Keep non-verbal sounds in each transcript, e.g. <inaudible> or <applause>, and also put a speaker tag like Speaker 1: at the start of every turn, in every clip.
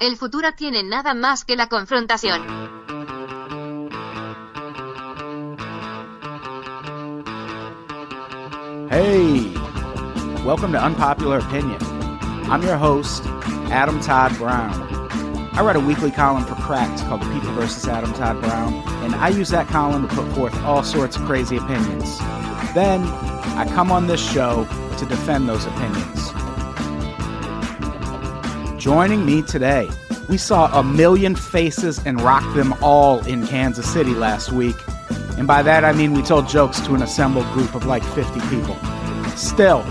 Speaker 1: El futuro tiene nada más que la confrontación.
Speaker 2: Hey, welcome to Unpopular Opinion. I'm your host, Adam Todd Brown. I write a weekly column for Cracked called The People vs. Adam Todd Brown, and I use that column to put forth all sorts of crazy opinions. Then, I come on this show to defend those opinions. Joining me today, we saw a million faces and rocked them all in Kansas City last week. And by that I mean we told jokes to an assembled group of like 50 people. Still,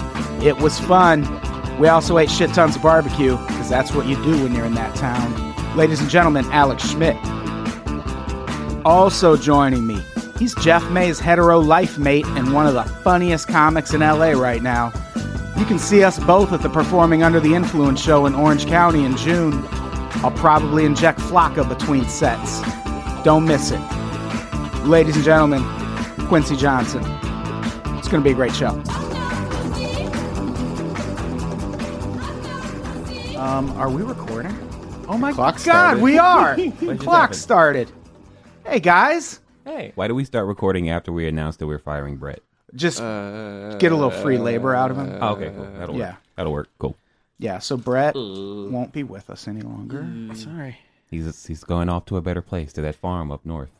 Speaker 2: it was fun. We also ate shit tons of barbecue, because that's what you do when you're in that town. Ladies and gentlemen, Alex Schmidt. Also joining me, he's Jeff May's hetero life mate and one of the funniest comics in LA right now. You can see us both at the Performing Under the Influence show in Orange County in June. I'll probably inject Flocka between sets. Don't miss it ladies and gentlemen, Quincy Johnson. It's going to be a great show. Um, are we recording? Oh my
Speaker 3: Clock
Speaker 2: God,
Speaker 3: started.
Speaker 2: we <laughs> are.
Speaker 3: What just
Speaker 2: Clock
Speaker 3: happened?
Speaker 2: started. Hey guys,
Speaker 3: Hey, why do we start recording after we announced that we're firing Brett?
Speaker 2: just get a little free labor out of him.
Speaker 3: Oh, okay, cool. That'll
Speaker 2: yeah.
Speaker 3: work. That'll work. Cool.
Speaker 2: yeah, so Brett won't be with us any longer.
Speaker 3: Mm.
Speaker 2: Sorry.
Speaker 3: He's he's going off to a better place to that farm up north.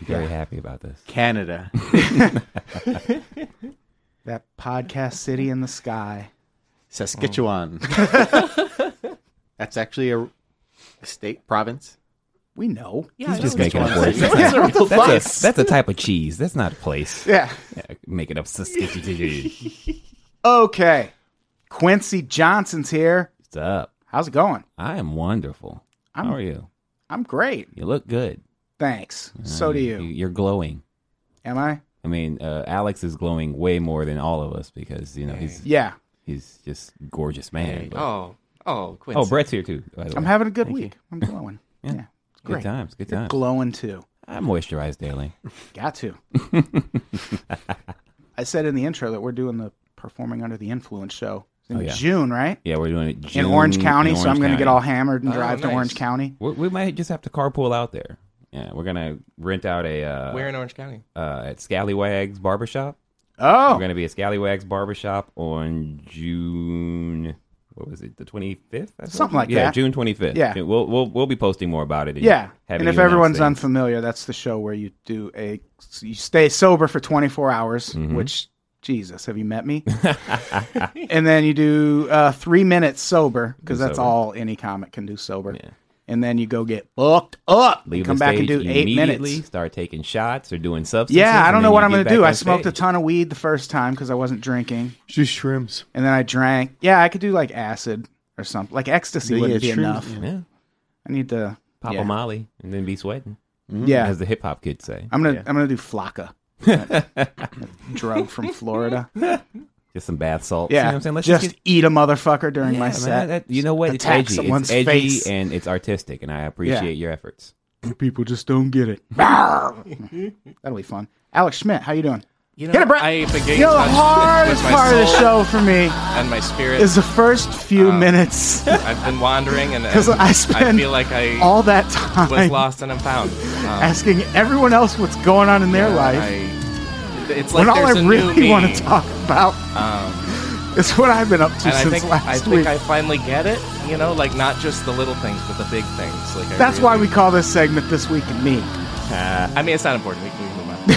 Speaker 3: I'm very happy about this.
Speaker 4: Canada. <laughs>
Speaker 2: That podcast city in the sky.
Speaker 4: Saskatchewan. <laughs> That's actually a state province.
Speaker 2: We know.
Speaker 3: He's just making up words.
Speaker 4: That's a real
Speaker 3: That's a, that's a type of cheese. That's not a place.
Speaker 2: Yeah.
Speaker 3: Yeah, Making up Saskatchewan.
Speaker 2: Okay. Quincy Johnson's here.
Speaker 3: What's up?
Speaker 2: How's it going?
Speaker 3: I am wonderful. How are you?
Speaker 2: I'm great.
Speaker 3: You look good. Uh,
Speaker 2: Thanks. So do you.
Speaker 3: You're glowing.
Speaker 2: Am I?
Speaker 3: I mean, uh, Alex is glowing way more than all of us because you know he's
Speaker 2: Yeah.
Speaker 3: he's just gorgeous man. but-
Speaker 4: Oh, oh, Quincy.
Speaker 3: oh, Brett's here too. By the way.
Speaker 2: I'm having a good week. I'm
Speaker 3: <laughs>
Speaker 2: glowing. yeah. It's
Speaker 3: good
Speaker 2: great.
Speaker 3: times. Good
Speaker 2: You're
Speaker 3: times.
Speaker 2: glowing too.
Speaker 3: I moisturize daily.
Speaker 2: Got
Speaker 3: <laughs>
Speaker 2: to. I said in the intro that we're doing the performing under the influence show in
Speaker 3: Oh, yeah.
Speaker 2: June, right?
Speaker 3: Yeah, we're doing it
Speaker 2: In
Speaker 3: June-
Speaker 2: Orange County,
Speaker 3: in
Speaker 2: so I'm
Speaker 3: Orange
Speaker 2: going to get
Speaker 3: County.
Speaker 2: all hammered and
Speaker 4: Oh,
Speaker 2: drive to
Speaker 4: nice.
Speaker 2: Orange County.
Speaker 3: We're, we might just have to carpool out there. Yeah, we're gonna rent out a uh,
Speaker 5: We're in Orange County.
Speaker 3: uh at Scallywags Barbershop.
Speaker 2: Oh,
Speaker 3: We're gonna be at Scallywags Barbershop on June. What was it? The twenty fifth?
Speaker 2: Something like
Speaker 3: yeah,
Speaker 2: that.
Speaker 3: June twenty fifth.
Speaker 2: Yeah.
Speaker 3: we'll we'll we'll be posting more about it.
Speaker 2: yeah.
Speaker 3: having
Speaker 2: and if
Speaker 3: you announce
Speaker 2: everyone's
Speaker 3: things.
Speaker 2: unfamiliar, that's the show where you do a you stay sober for 24 hours,
Speaker 3: Mm-hmm.
Speaker 2: which Jesus, have you met
Speaker 3: <laughs>
Speaker 2: me? and then you do uh, three minutes sober because that's
Speaker 3: sober.
Speaker 2: all any comic can do sober. And then you go get fucked up.
Speaker 3: Leave
Speaker 2: come
Speaker 3: the
Speaker 2: back and
Speaker 3: stage
Speaker 2: do eight
Speaker 3: immediately,
Speaker 2: minutes.
Speaker 3: Start taking shots or doing substances.
Speaker 2: Yeah, I
Speaker 3: and
Speaker 2: don't
Speaker 3: then
Speaker 2: know what
Speaker 3: you
Speaker 2: I'm
Speaker 3: get
Speaker 2: going to
Speaker 3: back
Speaker 2: do.
Speaker 3: on
Speaker 2: I smoked a
Speaker 3: stage.
Speaker 2: ton of weed the first time because I wasn't drinking,
Speaker 4: Just shrimps.
Speaker 2: and then I drank. Yeah, I could do like acid or something. Like ecstasy
Speaker 4: Yeah,
Speaker 2: wouldn't be
Speaker 4: shrooms,
Speaker 2: enough.
Speaker 4: yeah.
Speaker 3: Yeah,
Speaker 2: I need to
Speaker 3: pop
Speaker 2: yeah.
Speaker 3: a molly and then be sweating,
Speaker 4: Mm-hmm.
Speaker 2: Yeah,
Speaker 3: as the hip hop kids say.
Speaker 2: I'm gonna I'm gonna do
Speaker 5: <laughs>
Speaker 2: Flocka, That drug from Florida.
Speaker 3: Just some bath salts. you know
Speaker 2: Yeah,
Speaker 3: what I'm saying. Let's
Speaker 2: just
Speaker 3: get-
Speaker 2: eat a motherfucker during
Speaker 3: Yeah,
Speaker 2: my
Speaker 3: man,
Speaker 2: set.
Speaker 3: that- you know what? It's
Speaker 2: attack
Speaker 3: edgy.
Speaker 2: someone's
Speaker 3: It's edgy
Speaker 2: face.
Speaker 3: and it's artistic, and I appreciate your efforts.
Speaker 2: People just don't get it. <laughs> That'll be fun. Alex Schmidt, how you doing?
Speaker 5: You know,
Speaker 2: Get it, Brett.
Speaker 5: I've been getting
Speaker 2: You know, the
Speaker 5: touched
Speaker 2: hardest
Speaker 5: with my
Speaker 2: part of the
Speaker 5: soul Um,
Speaker 2: show for me
Speaker 5: and my spirit.
Speaker 2: is the first few
Speaker 5: <laughs>
Speaker 2: minutes.
Speaker 5: I've been wandering, and,
Speaker 2: 'Cause
Speaker 5: and
Speaker 2: I spend
Speaker 5: feel like I
Speaker 2: All that
Speaker 5: was
Speaker 2: time
Speaker 5: lost and
Speaker 2: <laughs>
Speaker 5: I'm found. Um,
Speaker 2: asking everyone else what's going on in their life.
Speaker 5: I- it's like
Speaker 2: when all
Speaker 5: there's
Speaker 2: I
Speaker 5: a new
Speaker 2: really
Speaker 5: me,
Speaker 2: want to talk about
Speaker 5: Um,
Speaker 2: is what I've been up to
Speaker 5: and I
Speaker 2: since
Speaker 5: think
Speaker 2: last
Speaker 5: I
Speaker 2: week.
Speaker 5: think I finally get it. You know, like not just the little things, but the big things. Like I
Speaker 2: That's
Speaker 5: really-
Speaker 2: why we call this segment This Week in Me.
Speaker 5: I mean, it's not important. We can move
Speaker 2: <laughs>
Speaker 5: on.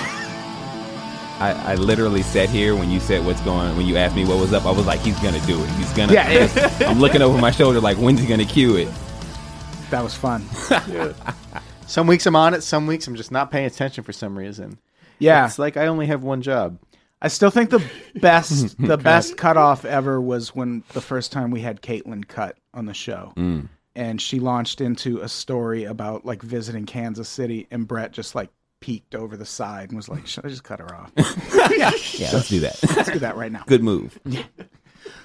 Speaker 3: I, I literally sat here when you said what's going when you asked me what was up. I was like, he's gonna do it. He's gonna.
Speaker 2: Yeah. <laughs>
Speaker 3: Yes. I'm looking over my shoulder like, when's he gonna cue it?
Speaker 2: That was fun.
Speaker 4: Some weeks I'm on it, some weeks I'm just not paying attention for some reason.
Speaker 2: Yeah.
Speaker 4: It's like I only have one <laughs> job.
Speaker 2: I still think the
Speaker 3: <laughs>
Speaker 2: best the best cutoff ever was when the first time we had Caitlin cut on the show.
Speaker 3: Mm.
Speaker 2: And she launched into a story about like visiting Kansas City and Brett just like peeked over the side and was like, Should I just cut her
Speaker 3: <laughs>
Speaker 2: off?
Speaker 3: Yeah, let's do that. <laughs>
Speaker 2: Let's do that right now.
Speaker 3: Good move.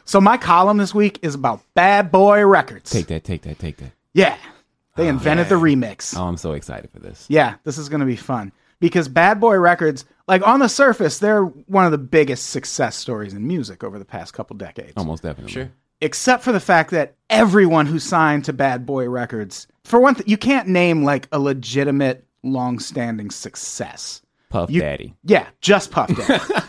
Speaker 2: So my column this week is about Bad Boy Records.
Speaker 3: Take that. Take that. Take that.
Speaker 2: Yeah. They invented the remix.
Speaker 3: Oh, I'm so excited for this.
Speaker 2: Yeah, this is going to be fun because Bad Boy Records, like on the surface, they're one of the biggest success stories in music over the past couple decades.
Speaker 3: Oh Almost definitely.
Speaker 5: Sure.
Speaker 2: except for the fact that everyone who signed to Bad Boy Records, for one thing, you can't name like a legitimate long-standing success.
Speaker 3: Puff
Speaker 2: You-
Speaker 3: Daddy.
Speaker 2: Yeah, just Puff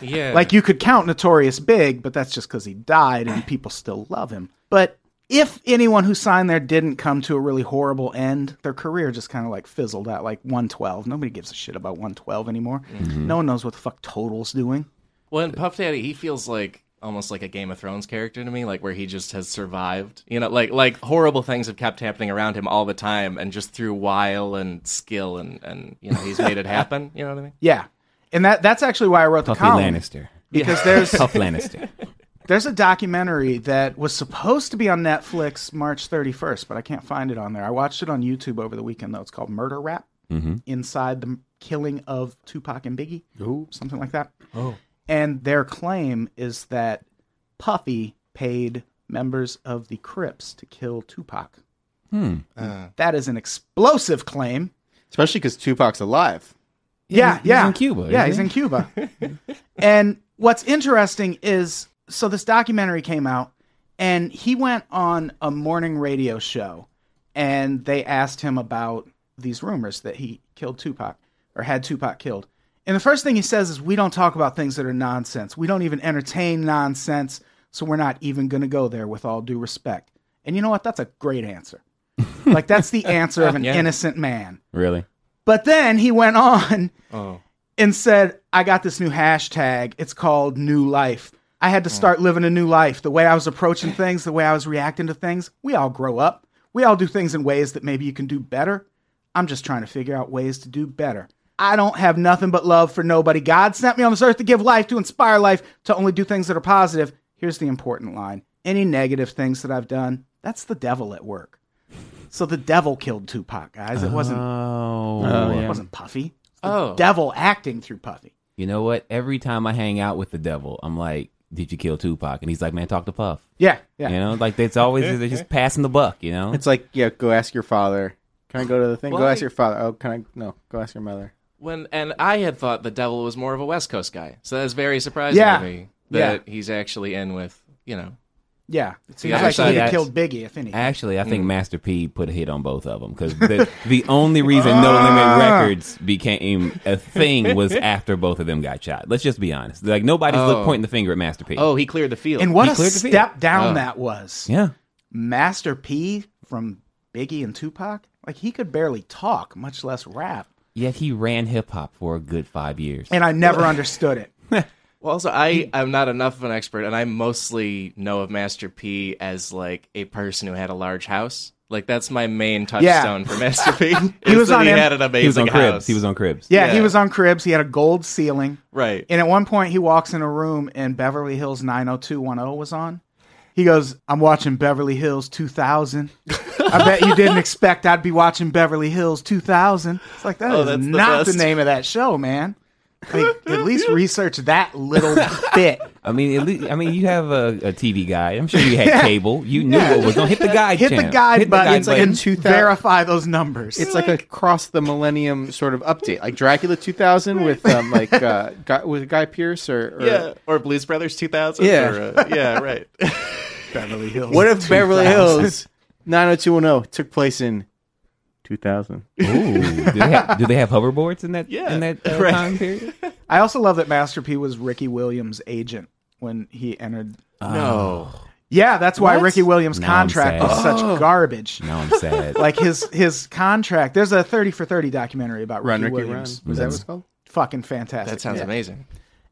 Speaker 3: <laughs>
Speaker 2: Daddy.
Speaker 5: Yeah.
Speaker 2: Like you could count Notorious Big, but that's just because he died and people still love him. But if anyone who signed there didn't come to a really horrible end, their career just kind of like fizzled out. Like 112, nobody gives a shit about 112 anymore.
Speaker 3: Mm-hmm.
Speaker 2: No one knows what the fuck Total's doing.
Speaker 5: Well, and Puff Daddy, he feels like almost like a Game of Thrones character to me, like where he just has survived. You know, like like horrible things have kept happening around him all the time, and just through wile and skill and and you know he's
Speaker 2: <laughs>
Speaker 5: made it happen. You know what I mean?
Speaker 2: Yeah, and that that's actually why I wrote the
Speaker 3: Puffy
Speaker 2: column
Speaker 3: Lannister.
Speaker 2: because there's <laughs>
Speaker 3: Puff Lannister.
Speaker 2: there's a documentary that was supposed to be on Netflix March 31st, but I can't find it on there. I watched it on YouTube over the weekend though. It's called Murder Rap. Inside the killing of Tupac and Biggie, something like that.
Speaker 4: Oh.
Speaker 2: And their claim is that Puffy paid members of the Crips to kill Tupac.
Speaker 3: Hmm.
Speaker 2: That is an explosive claim.
Speaker 4: Especially because Tupac's alive.
Speaker 2: Yeah,
Speaker 3: he's- he's
Speaker 2: yeah.
Speaker 3: in Cuba,
Speaker 2: Yeah,
Speaker 3: isn't
Speaker 2: he's
Speaker 3: he?
Speaker 2: in
Speaker 3: <laughs>
Speaker 2: Cuba. and what's interesting is so this documentary came out and he went on a morning radio show and they asked him about these rumors that he killed Tupac or had Tupac killed. And the first thing he says is we don't talk about things that are nonsense. We don't even entertain nonsense, so we're not even going to go there with all due respect. And you know what? That's a great
Speaker 3: <laughs>
Speaker 2: answer. like that's the answer of an
Speaker 5: Yeah.
Speaker 2: innocent man.
Speaker 3: Really?
Speaker 2: But then he went on
Speaker 5: Oh,
Speaker 2: and said, I got this new hashtag. It's called New Life. I had to start living a new life. The way I was approaching things, the way I was reacting to things, we all grow up. We all do things in ways that maybe you can do better. I'm just trying to figure out ways to do better. I don't have nothing but love for nobody. God sent me on this earth to give life, to inspire life, to only do things that are positive. Here's the important line any negative things that I've done, that's the devil at work. So the devil killed Tupac, guys. It wasn't,
Speaker 3: Oh.
Speaker 2: it wasn't Puffy.
Speaker 5: oh,
Speaker 2: Devil acting through Puffy.
Speaker 3: You know what? Every time I hang out with the devil, I'm like, "Did you kill Tupac?" And he's like, "Man, talk to Puff."
Speaker 2: Yeah, yeah.
Speaker 3: You know, like it's always they're just passing the buck. You know,
Speaker 4: It's like, yeah, go ask your father. Can I go to the thing?
Speaker 5: Well,
Speaker 4: go
Speaker 5: I-
Speaker 4: ask your father. Oh, can I? No, go ask your mother.
Speaker 5: when and I had thought the devil was more of a West Coast guy, so that's very surprising
Speaker 2: Yeah.
Speaker 5: to me that he's actually in with you know.
Speaker 2: Yeah. It seems
Speaker 5: other
Speaker 2: like
Speaker 5: side
Speaker 2: he
Speaker 3: of-
Speaker 2: killed Biggie, if any.
Speaker 3: actually, I think Master P put a hit on both of them because the the only reason No Limit Records became a thing was after both of them got shot. Let's just be honest. Like nobody's look-
Speaker 5: Oh.
Speaker 3: pointing the finger at Master P.
Speaker 5: Oh, he cleared the field.
Speaker 2: And what a
Speaker 3: cleared the field. Oh.
Speaker 2: step down that was.
Speaker 3: yeah.
Speaker 2: Master P from Biggie and Tupac. Like he could barely talk, much less rap.
Speaker 3: Yet he ran hip hop for a good five years.
Speaker 2: And I never understood it.
Speaker 5: Well, also, I am not enough of an expert, and I mostly know of Master P as like a person who had a large house. Like that's my main touchstone for Master P. <laughs> he
Speaker 2: was on
Speaker 5: he
Speaker 2: M-
Speaker 5: had an amazing
Speaker 3: he was on
Speaker 5: house.
Speaker 3: Cribs. He was on Cribs.
Speaker 2: Yeah, he
Speaker 5: Yeah.
Speaker 2: was on Cribs. He had a gold ceiling.
Speaker 5: right.
Speaker 2: And at one point, he walks in a room and Beverly Hills 90210 was on. He goes, I'm watching Beverly Hills
Speaker 5: <laughs>
Speaker 2: 2000. I bet you didn't expect I'd be watching Beverly Hills 2000. It's like, that
Speaker 5: Oh,
Speaker 2: is
Speaker 5: that's the
Speaker 2: not the
Speaker 5: best.
Speaker 2: name of that show, man. Like, at
Speaker 5: <laughs>
Speaker 2: least research that little bit.
Speaker 3: I mean, at least, I mean, you have a, a TV guide. I'm sure
Speaker 2: <laughs>
Speaker 3: you had cable. You knew what was on. Hit the guide.
Speaker 2: Hit the
Speaker 3: channel.
Speaker 2: guide
Speaker 3: Hit the
Speaker 2: button
Speaker 3: guide
Speaker 4: like a
Speaker 2: and
Speaker 4: 2000
Speaker 2: verify those numbers.
Speaker 4: It's like, a cross the millennium sort of update, like Dracula 2000 with um, <laughs> like uh, guy, with Guy Pierce or, or
Speaker 5: Yeah. Or Blues Brothers 2000.
Speaker 4: Yeah.
Speaker 5: Or, uh, yeah. Right.
Speaker 2: Beverly Hills.
Speaker 4: What if Beverly
Speaker 2: 2000?
Speaker 4: Hills 90210 took place in 2000?
Speaker 3: Ooh, do they
Speaker 2: <laughs>
Speaker 3: have, do they have hoverboards in that
Speaker 5: Yeah,
Speaker 3: in that uh,
Speaker 5: right.
Speaker 3: time period?
Speaker 2: I also love that Master P was Ricky Williams' agent when he entered.
Speaker 3: Uh,
Speaker 5: no.
Speaker 2: Yeah, that's why
Speaker 3: What?
Speaker 2: Ricky Williams'
Speaker 3: Now I'm
Speaker 2: contract
Speaker 3: sad.
Speaker 2: was
Speaker 5: Oh.
Speaker 2: such garbage.
Speaker 3: Now I'm sad.
Speaker 2: like his his contract. There's a 30 for 30 documentary about
Speaker 4: Run,
Speaker 2: Ricky
Speaker 4: Ricky, run.
Speaker 2: Williams.
Speaker 4: Was that what it's called?
Speaker 2: Fucking fantastic.
Speaker 5: That sounds
Speaker 2: yeah.
Speaker 5: amazing.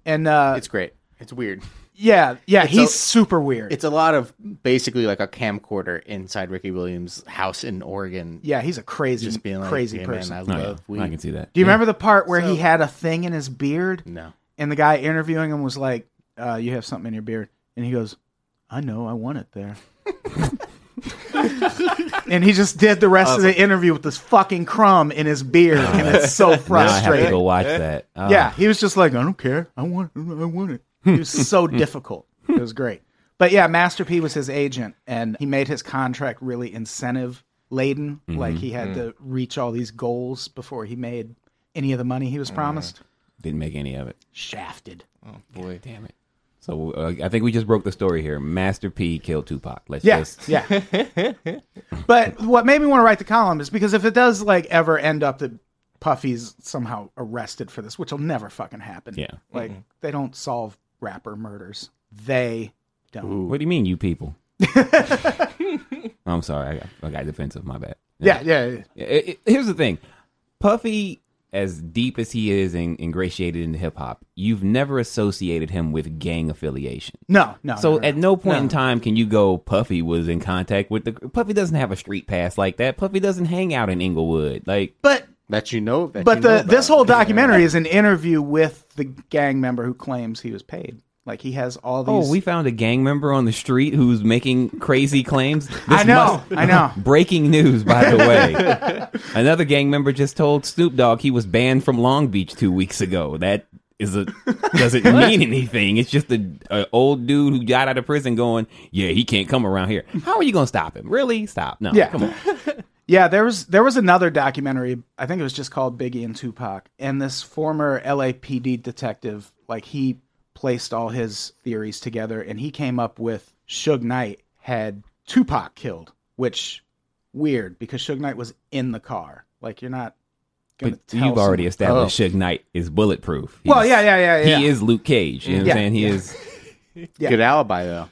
Speaker 2: And uh,
Speaker 4: It's great. It's weird.
Speaker 2: yeah, yeah, he's
Speaker 4: a-
Speaker 2: super weird.
Speaker 4: It's a lot of basically like a camcorder inside Ricky Williams' house in Oregon.
Speaker 2: yeah, he's a crazy,
Speaker 4: Just being like,
Speaker 2: crazy
Speaker 4: hey, man,
Speaker 2: person.
Speaker 4: I
Speaker 3: Oh, yeah.
Speaker 4: love
Speaker 3: I
Speaker 4: weed.
Speaker 3: can see that.
Speaker 2: Do you remember the part where he
Speaker 4: So-
Speaker 2: had a thing in his beard,
Speaker 4: No.
Speaker 2: and the guy interviewing him was like, uh, "You have something in your beard," and he goes, "I know, I want it
Speaker 4: <laughs>
Speaker 2: there." and he just did the rest of the interview with this fucking crumb in his beard, and it's
Speaker 4: <laughs>
Speaker 2: so
Speaker 3: Now I have to
Speaker 2: frustrating.
Speaker 3: go watch that. Oh,
Speaker 2: Yeah, he was just like, I don't care. I want it. I want it. He was so difficult. It was great. But yeah, Master P was his agent, and he made his contract really incentive laden. Like he had to reach all these goals before he made any of the money he was promised.
Speaker 3: didn't make any of it.
Speaker 2: Shafted.
Speaker 5: Oh boy.
Speaker 3: Damn it. So uh, I think we just broke the story here. Master P killed Tupac. Let's
Speaker 2: Yeah,
Speaker 3: just
Speaker 2: yeah. but what made me want to write the column is because if it does like ever end up that Puffy's somehow arrested for this, which will never fucking happen.
Speaker 3: Yeah.
Speaker 2: like they don't solve rapper murders. They don't.
Speaker 3: What do you mean,
Speaker 2: <laughs>
Speaker 3: you people? I'm sorry, I got, I got defensive. My bad.
Speaker 2: Yeah, yeah, yeah.
Speaker 3: Yeah, it- it- here's the thing Puffy, as deep as he is and ingratiated into hip hop, you've never associated him with gang affiliation.
Speaker 2: No, no.
Speaker 3: So
Speaker 2: no, no.
Speaker 3: at no point in time can you go Puffy was in contact with the Puffy doesn't have a street pass like that. Puffy doesn't hang out in Inglewood. Like
Speaker 2: but
Speaker 4: that you know. That
Speaker 2: but
Speaker 4: you know
Speaker 2: the this
Speaker 4: about.
Speaker 2: whole documentary is an interview with the gang member who claims he was paid. Like he has all these.
Speaker 3: oh, we found a gang member on the street who's making crazy claims. This
Speaker 2: <laughs> I know, I know.
Speaker 3: <laughs> Breaking news, by
Speaker 2: <laughs>
Speaker 3: the way. Another gang member just told Snoop Dogg he was banned from Long Beach two weeks ago. That is a
Speaker 2: <laughs>
Speaker 3: doesn't mean anything. It's just a, a old dude who got out of prison going, yeah, he can't come around here. How are you gonna stop him? Really? Stop? No.
Speaker 2: Yeah. <laughs>
Speaker 3: Come on.
Speaker 2: Yeah, there was there was another documentary. I think it was just called Biggie and Tupac. And this former LAPD detective, like he placed all his theories together, and he came up with Suge Knight had Tupac killed, which weird because Suge Knight was in the car. Like you're not gonna.
Speaker 3: But
Speaker 2: tell
Speaker 3: you've already
Speaker 2: someone- Oh.
Speaker 3: established Suge Knight is bulletproof. He's-
Speaker 2: Well, yeah, yeah, yeah, yeah.
Speaker 3: He is Luke Cage. You know what
Speaker 2: Yeah.
Speaker 3: I'm saying? He is
Speaker 4: good alibi though.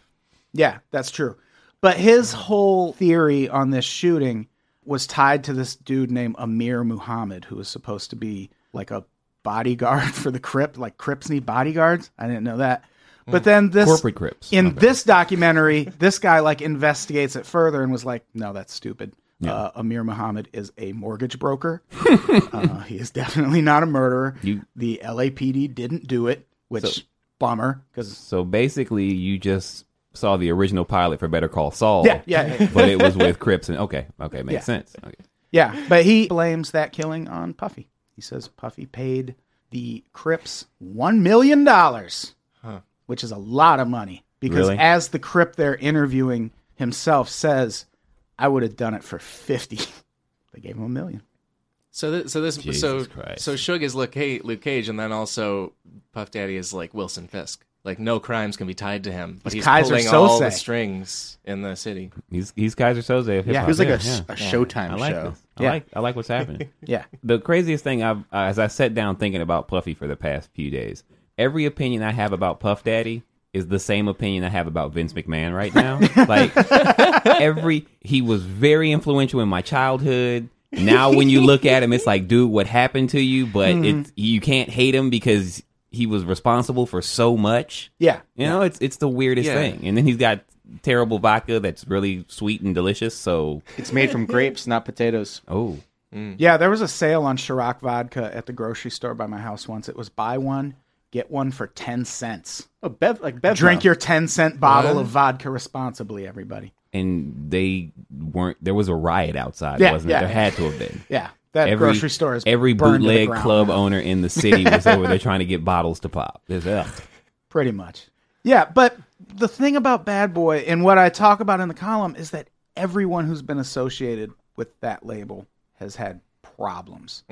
Speaker 2: Yeah, that's true. But his whole theory on this shooting was tied to this dude named Amir Muhammad, who was supposed to be like a bodyguard <laughs> for the Crip, like Crips need bodyguards. I didn't know that. But then this
Speaker 3: Mm. corporate crips.
Speaker 2: in this documentary, this guy like investigates it further and was like, "No, that's stupid." Uh, Amir Muhammad is a mortgage
Speaker 3: <laughs>
Speaker 2: broker. uh, he is definitely not a murderer.
Speaker 3: You-
Speaker 2: the LAPD didn't do it, which
Speaker 3: So-
Speaker 2: bummer because
Speaker 3: So basically, you just saw the original pilot for Better Call Saul.
Speaker 2: Yeah, yeah, yeah.
Speaker 3: <laughs> but it was with Crips and okay, okay, makes
Speaker 2: Yeah.
Speaker 3: sense. Okay.
Speaker 2: Yeah, but he blames that killing on Puffy. He says Puffy paid the Crips one million dollars, which is a lot of money. Because
Speaker 3: Really?
Speaker 2: as the Crip they're interviewing himself says, "I would have done it for fifty. <laughs> They gave him a million.
Speaker 5: So, th- so this,
Speaker 3: Jesus
Speaker 5: so,
Speaker 3: Christ.
Speaker 5: so Suge is Luke, Ca- Luke Cage, and then also Puff Daddy is like Wilson Fisk. Like no crimes can be tied to him, but
Speaker 2: He's
Speaker 5: he's,
Speaker 2: Kaiser
Speaker 5: pulling all the
Speaker 2: Soze.
Speaker 5: strings in the city.
Speaker 3: He's he's Kaiser Soze of hip hop.
Speaker 2: Yeah.
Speaker 4: It was like a,
Speaker 3: yeah.
Speaker 4: s- a Showtime
Speaker 3: I like
Speaker 4: show.
Speaker 3: this. I
Speaker 2: Yeah.
Speaker 3: like I like
Speaker 2: <laughs>
Speaker 3: what's happening.
Speaker 2: Yeah,
Speaker 3: the craziest thing I've uh, as I sat down thinking about Puffy for the past few days, every opinion I have about Puff Daddy is the same opinion I have about Vince McMahon right now. like every he was very influential in my childhood. Now when you look at him, it's like, dude, what happened to you? But it's you can't hate him because he was responsible for so much.
Speaker 2: yeah,
Speaker 3: You know, it's it's the weirdest
Speaker 5: Yeah.
Speaker 3: thing. And then he's got terrible vodka that's really sweet and delicious. So
Speaker 4: It's made from grapes, not potatoes.
Speaker 3: oh.
Speaker 2: yeah. There was a sale on Chirac vodka at the grocery store by my house once. It was buy one get one for ten cents.
Speaker 4: Oh, Bev, like Bev.
Speaker 2: Drink your ten cent bottle of vodka responsibly, everybody.
Speaker 3: and they weren't. There was a riot outside,
Speaker 2: Yeah,
Speaker 3: wasn't
Speaker 2: yeah.
Speaker 3: it? There had to have been.
Speaker 2: Yeah, that
Speaker 3: Every
Speaker 2: grocery store is
Speaker 3: every
Speaker 2: burned to the
Speaker 3: bootleg
Speaker 2: ground
Speaker 3: club
Speaker 2: now.
Speaker 3: owner in the city was
Speaker 2: <laughs>
Speaker 3: over there trying to get bottles to pop. There's ugh.
Speaker 2: pretty much. Yeah, but the thing about Bad Boy and what I talk about in the column is that everyone who's been associated with that label has had problems.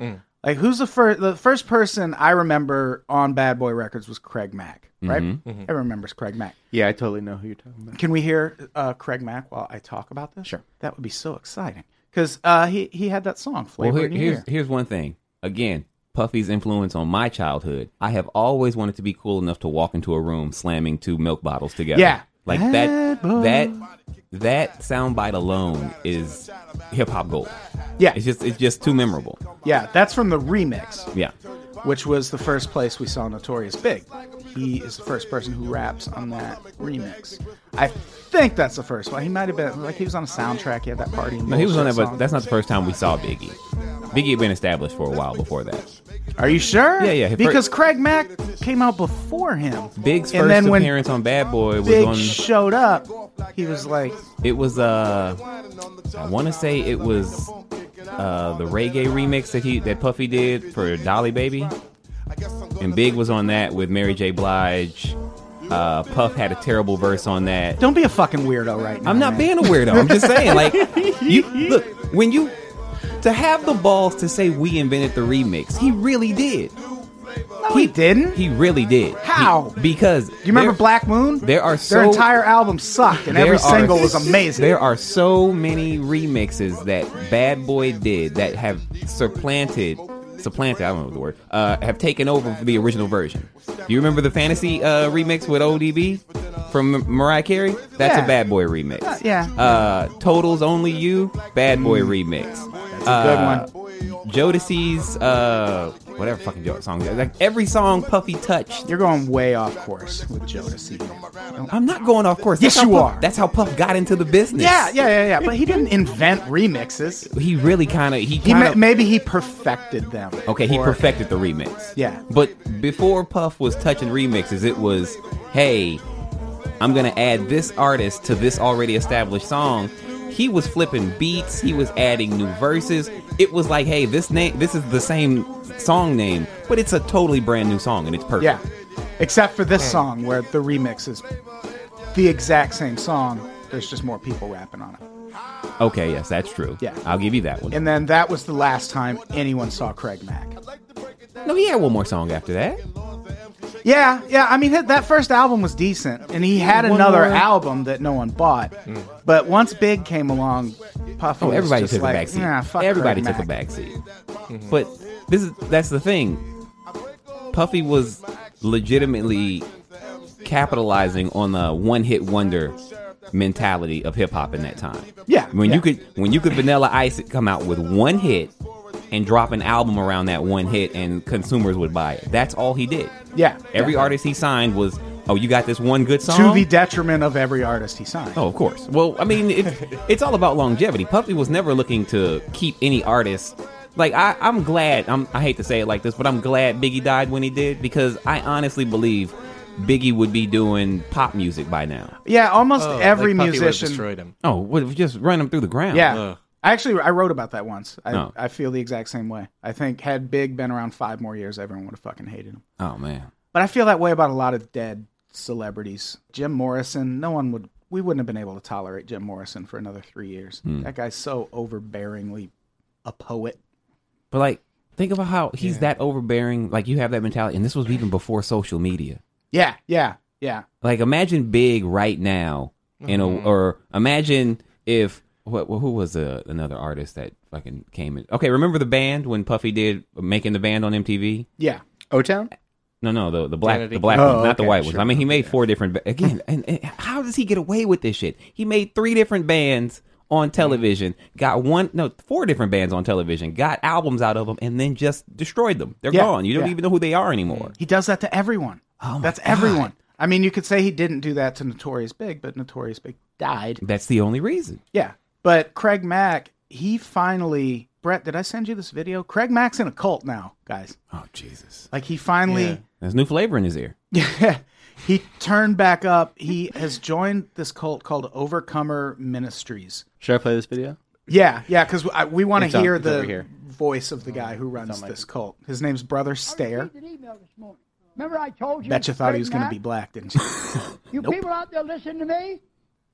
Speaker 2: Like who's the first the first person I remember on Bad Boy Records was Craig Mack, right? Everyone remembers Craig Mack.
Speaker 4: Yeah, I totally know who you're talking about.
Speaker 2: Can we hear uh, Craig Mack while I talk about this?
Speaker 4: Sure.
Speaker 2: That would be so exciting. Cuz uh, he he had that song
Speaker 3: Well,
Speaker 2: Flavor
Speaker 3: here-
Speaker 2: in Your
Speaker 3: here's
Speaker 2: Ear.
Speaker 3: here's one thing. Again, Puffy's influence on my childhood. I have always wanted to be cool enough to walk into a room slamming two milk bottles together.
Speaker 2: Yeah.
Speaker 3: like
Speaker 2: Bad
Speaker 3: that.
Speaker 2: boy.
Speaker 3: That that soundbite alone is hip hop gold.
Speaker 2: Yeah.
Speaker 3: It's just it's just too memorable.
Speaker 2: Yeah, that's from the remix.
Speaker 3: Yeah.
Speaker 2: which was the first place we saw Notorious Big. He is the first person who raps on that remix. I think that's the first one. He might have been like he was on a soundtrack. He had that party.
Speaker 3: No, he was on that, but that's not the first time we saw Biggie. Biggie had been established for a while before that.
Speaker 2: Are you sure?
Speaker 3: Yeah, yeah.
Speaker 2: Because Craig Mack came out before him.
Speaker 3: Big's
Speaker 2: And
Speaker 3: first
Speaker 2: then when
Speaker 3: appearance on Bad Boy was
Speaker 2: Big
Speaker 3: on.
Speaker 2: showed up. He was like,
Speaker 3: it was uh, I want to say it was uh the reggae remix that he that Puffy did for Dolly Baby, and Big was on that with Mary J. Blige. Uh, Puff had a terrible verse on that.
Speaker 2: "Don't be a fucking weirdo right now."
Speaker 3: I'm not
Speaker 2: man.
Speaker 3: being a weirdo. I'm just saying, like, you look when you to have the balls to say we invented the remix. He really did.
Speaker 2: He didn't.
Speaker 3: He really did. He-
Speaker 2: How?
Speaker 3: because
Speaker 2: you remember
Speaker 3: there-
Speaker 2: Black Moon?
Speaker 3: There are so
Speaker 2: Their entire album sucked, and
Speaker 3: there
Speaker 2: every
Speaker 3: are-
Speaker 2: single was amazing.
Speaker 3: There are so many remixes that Bad Boy did that have supplanted, supplanted. I don't know the word. Uh, have taken over the original version. Do you remember the Fantasy uh, remix with ODB from M- Mariah Carey? That's
Speaker 2: Yeah.
Speaker 3: a Bad Boy remix.
Speaker 2: yeah.
Speaker 3: Uh, Totals Only You, Bad Boy remix. That's
Speaker 2: a
Speaker 3: good one. Jodeci's, uh, whatever fucking jo- song. Like every song Puffy touched
Speaker 2: You're going way off course with Jodeci.
Speaker 3: I'm not going off course.
Speaker 2: Yes,
Speaker 3: That's how
Speaker 2: you
Speaker 3: Puff-
Speaker 2: are.
Speaker 3: That's how Puff got into the business.
Speaker 2: Yeah, yeah, yeah, yeah. But he didn't invent remixes.
Speaker 3: He really kind of he
Speaker 2: He
Speaker 3: kind
Speaker 2: ma-
Speaker 3: of
Speaker 2: maybe he perfected them.
Speaker 3: okay. He
Speaker 2: Or-
Speaker 3: perfected the remix.
Speaker 2: Yeah.
Speaker 3: But before Puff was touching remixes, it was hey, I'm gonna add this artist to this already established song. He was flipping beats. He was adding new verses. It was like hey, this name, this is the same song name, but it's a totally brand new song and it's perfect.
Speaker 2: Yeah, except for
Speaker 3: Hmm.
Speaker 2: this song where the remix is the exact same song. There's just more people rapping on it.
Speaker 3: Okay. Yes, that's true.
Speaker 2: Yeah.
Speaker 3: I'll give you that one.
Speaker 2: And then that was the last time anyone saw Craig Mack.
Speaker 3: no, he had one more song after that.
Speaker 2: Yeah, yeah. I mean, that first album was decent, and he had
Speaker 3: One
Speaker 2: another
Speaker 3: more. Hmm.
Speaker 2: album that no one bought. But once Big came along, Puffy.
Speaker 3: Oh,
Speaker 2: was
Speaker 3: everybody
Speaker 2: just
Speaker 3: took
Speaker 2: like,
Speaker 3: a back seat.
Speaker 2: Nah, Mm-hmm. fuck
Speaker 3: everybody
Speaker 2: Craig
Speaker 3: took a
Speaker 2: Mack."
Speaker 3: back seat. But this is that's the thing. Puffy was legitimately capitalizing on the one hit wonder mentality of hip hop in that time.
Speaker 2: Yeah,
Speaker 3: When
Speaker 2: yeah.
Speaker 3: you could when you could vanilla ice it come out with one hit and drop an album around that one hit and consumers would buy it. That's all he did.
Speaker 2: Yeah,
Speaker 3: Every
Speaker 2: yeah.
Speaker 3: artist he signed was, Oh, you got this one good song
Speaker 2: to the detriment of every artist he signed.
Speaker 3: Oh, of course. Well, I mean, it, it's all about longevity. Puffy was never looking to keep any artist. Like I, I'm glad. I'm, I hate to say it like this, but I'm glad Biggie died when he did because I honestly believe Biggie would be doing pop music by now.
Speaker 2: yeah, almost
Speaker 5: Oh,
Speaker 2: every
Speaker 5: like Puffy would've
Speaker 2: musician.
Speaker 5: destroyed him.
Speaker 3: Oh, would just run him through the ground.
Speaker 2: Yeah,
Speaker 5: Ugh.
Speaker 2: I actually I wrote about that once. I,
Speaker 3: Oh.
Speaker 2: I feel the exact same way. I think had Big been around five more years, everyone would have fucking hated him.
Speaker 3: Oh man.
Speaker 2: But I feel that way about a lot of dead celebrities. Jim Morrison, no one would, we wouldn't have been able to tolerate Jim Morrison for another three years.
Speaker 3: Hmm.
Speaker 2: That guy's so overbearingly a poet.
Speaker 3: But like, think about how he's that overbearing. Like you have that mentality, and this was even before social media.
Speaker 2: Yeah, yeah, yeah.
Speaker 3: Like imagine Big right now, you know, or imagine if what who was uh, another artist that fucking came in. Okay, remember the band when Puffy did making the band on MTV?
Speaker 2: Yeah.
Speaker 4: O Town?
Speaker 3: No, no, the the black
Speaker 5: Kennedy.
Speaker 3: the black
Speaker 2: Oh,
Speaker 3: ones, not the
Speaker 2: okay,
Speaker 3: white ones.
Speaker 2: sure.
Speaker 3: I mean, he made four different ba-
Speaker 2: <laughs>
Speaker 3: again. And, and how does he get away with this shit? He made three different bands on television, got one no four different bands on television, got albums out of them, and then just destroyed them. They're
Speaker 2: Yeah,
Speaker 3: gone. You don't
Speaker 2: yeah.
Speaker 3: even know who they are anymore.
Speaker 2: He does that to everyone.
Speaker 3: Oh my
Speaker 2: That's
Speaker 3: God.
Speaker 2: everyone. I mean, you could say he didn't do that to Notorious Big, but Notorious Big died.
Speaker 3: That's the only reason.
Speaker 2: Yeah. But Craig Mack, he finally, Brett, did I send you this video? Craig Mack's in a cult now, guys.
Speaker 3: Oh Jesus!
Speaker 2: Like, he finally.
Speaker 5: Yeah.
Speaker 3: There's new flavor in his ear.
Speaker 2: <laughs> Yeah. He turned back up. He has joined this cult called Overcomer Ministries.
Speaker 4: Should I play this video?
Speaker 2: Yeah, yeah, because we want
Speaker 4: It's
Speaker 2: to
Speaker 4: on-
Speaker 2: hear
Speaker 4: it's
Speaker 2: the
Speaker 4: over here.
Speaker 2: voice of the guy who runs this cult. His name's
Speaker 6: Oh,
Speaker 2: Brother Stare.
Speaker 6: received an email this morning. Remember I told you.
Speaker 2: Bet you thought he was going to
Speaker 6: Craig
Speaker 2: be black,
Speaker 6: <laughs>
Speaker 2: didn't you?
Speaker 6: Mack? You people out there listening to me?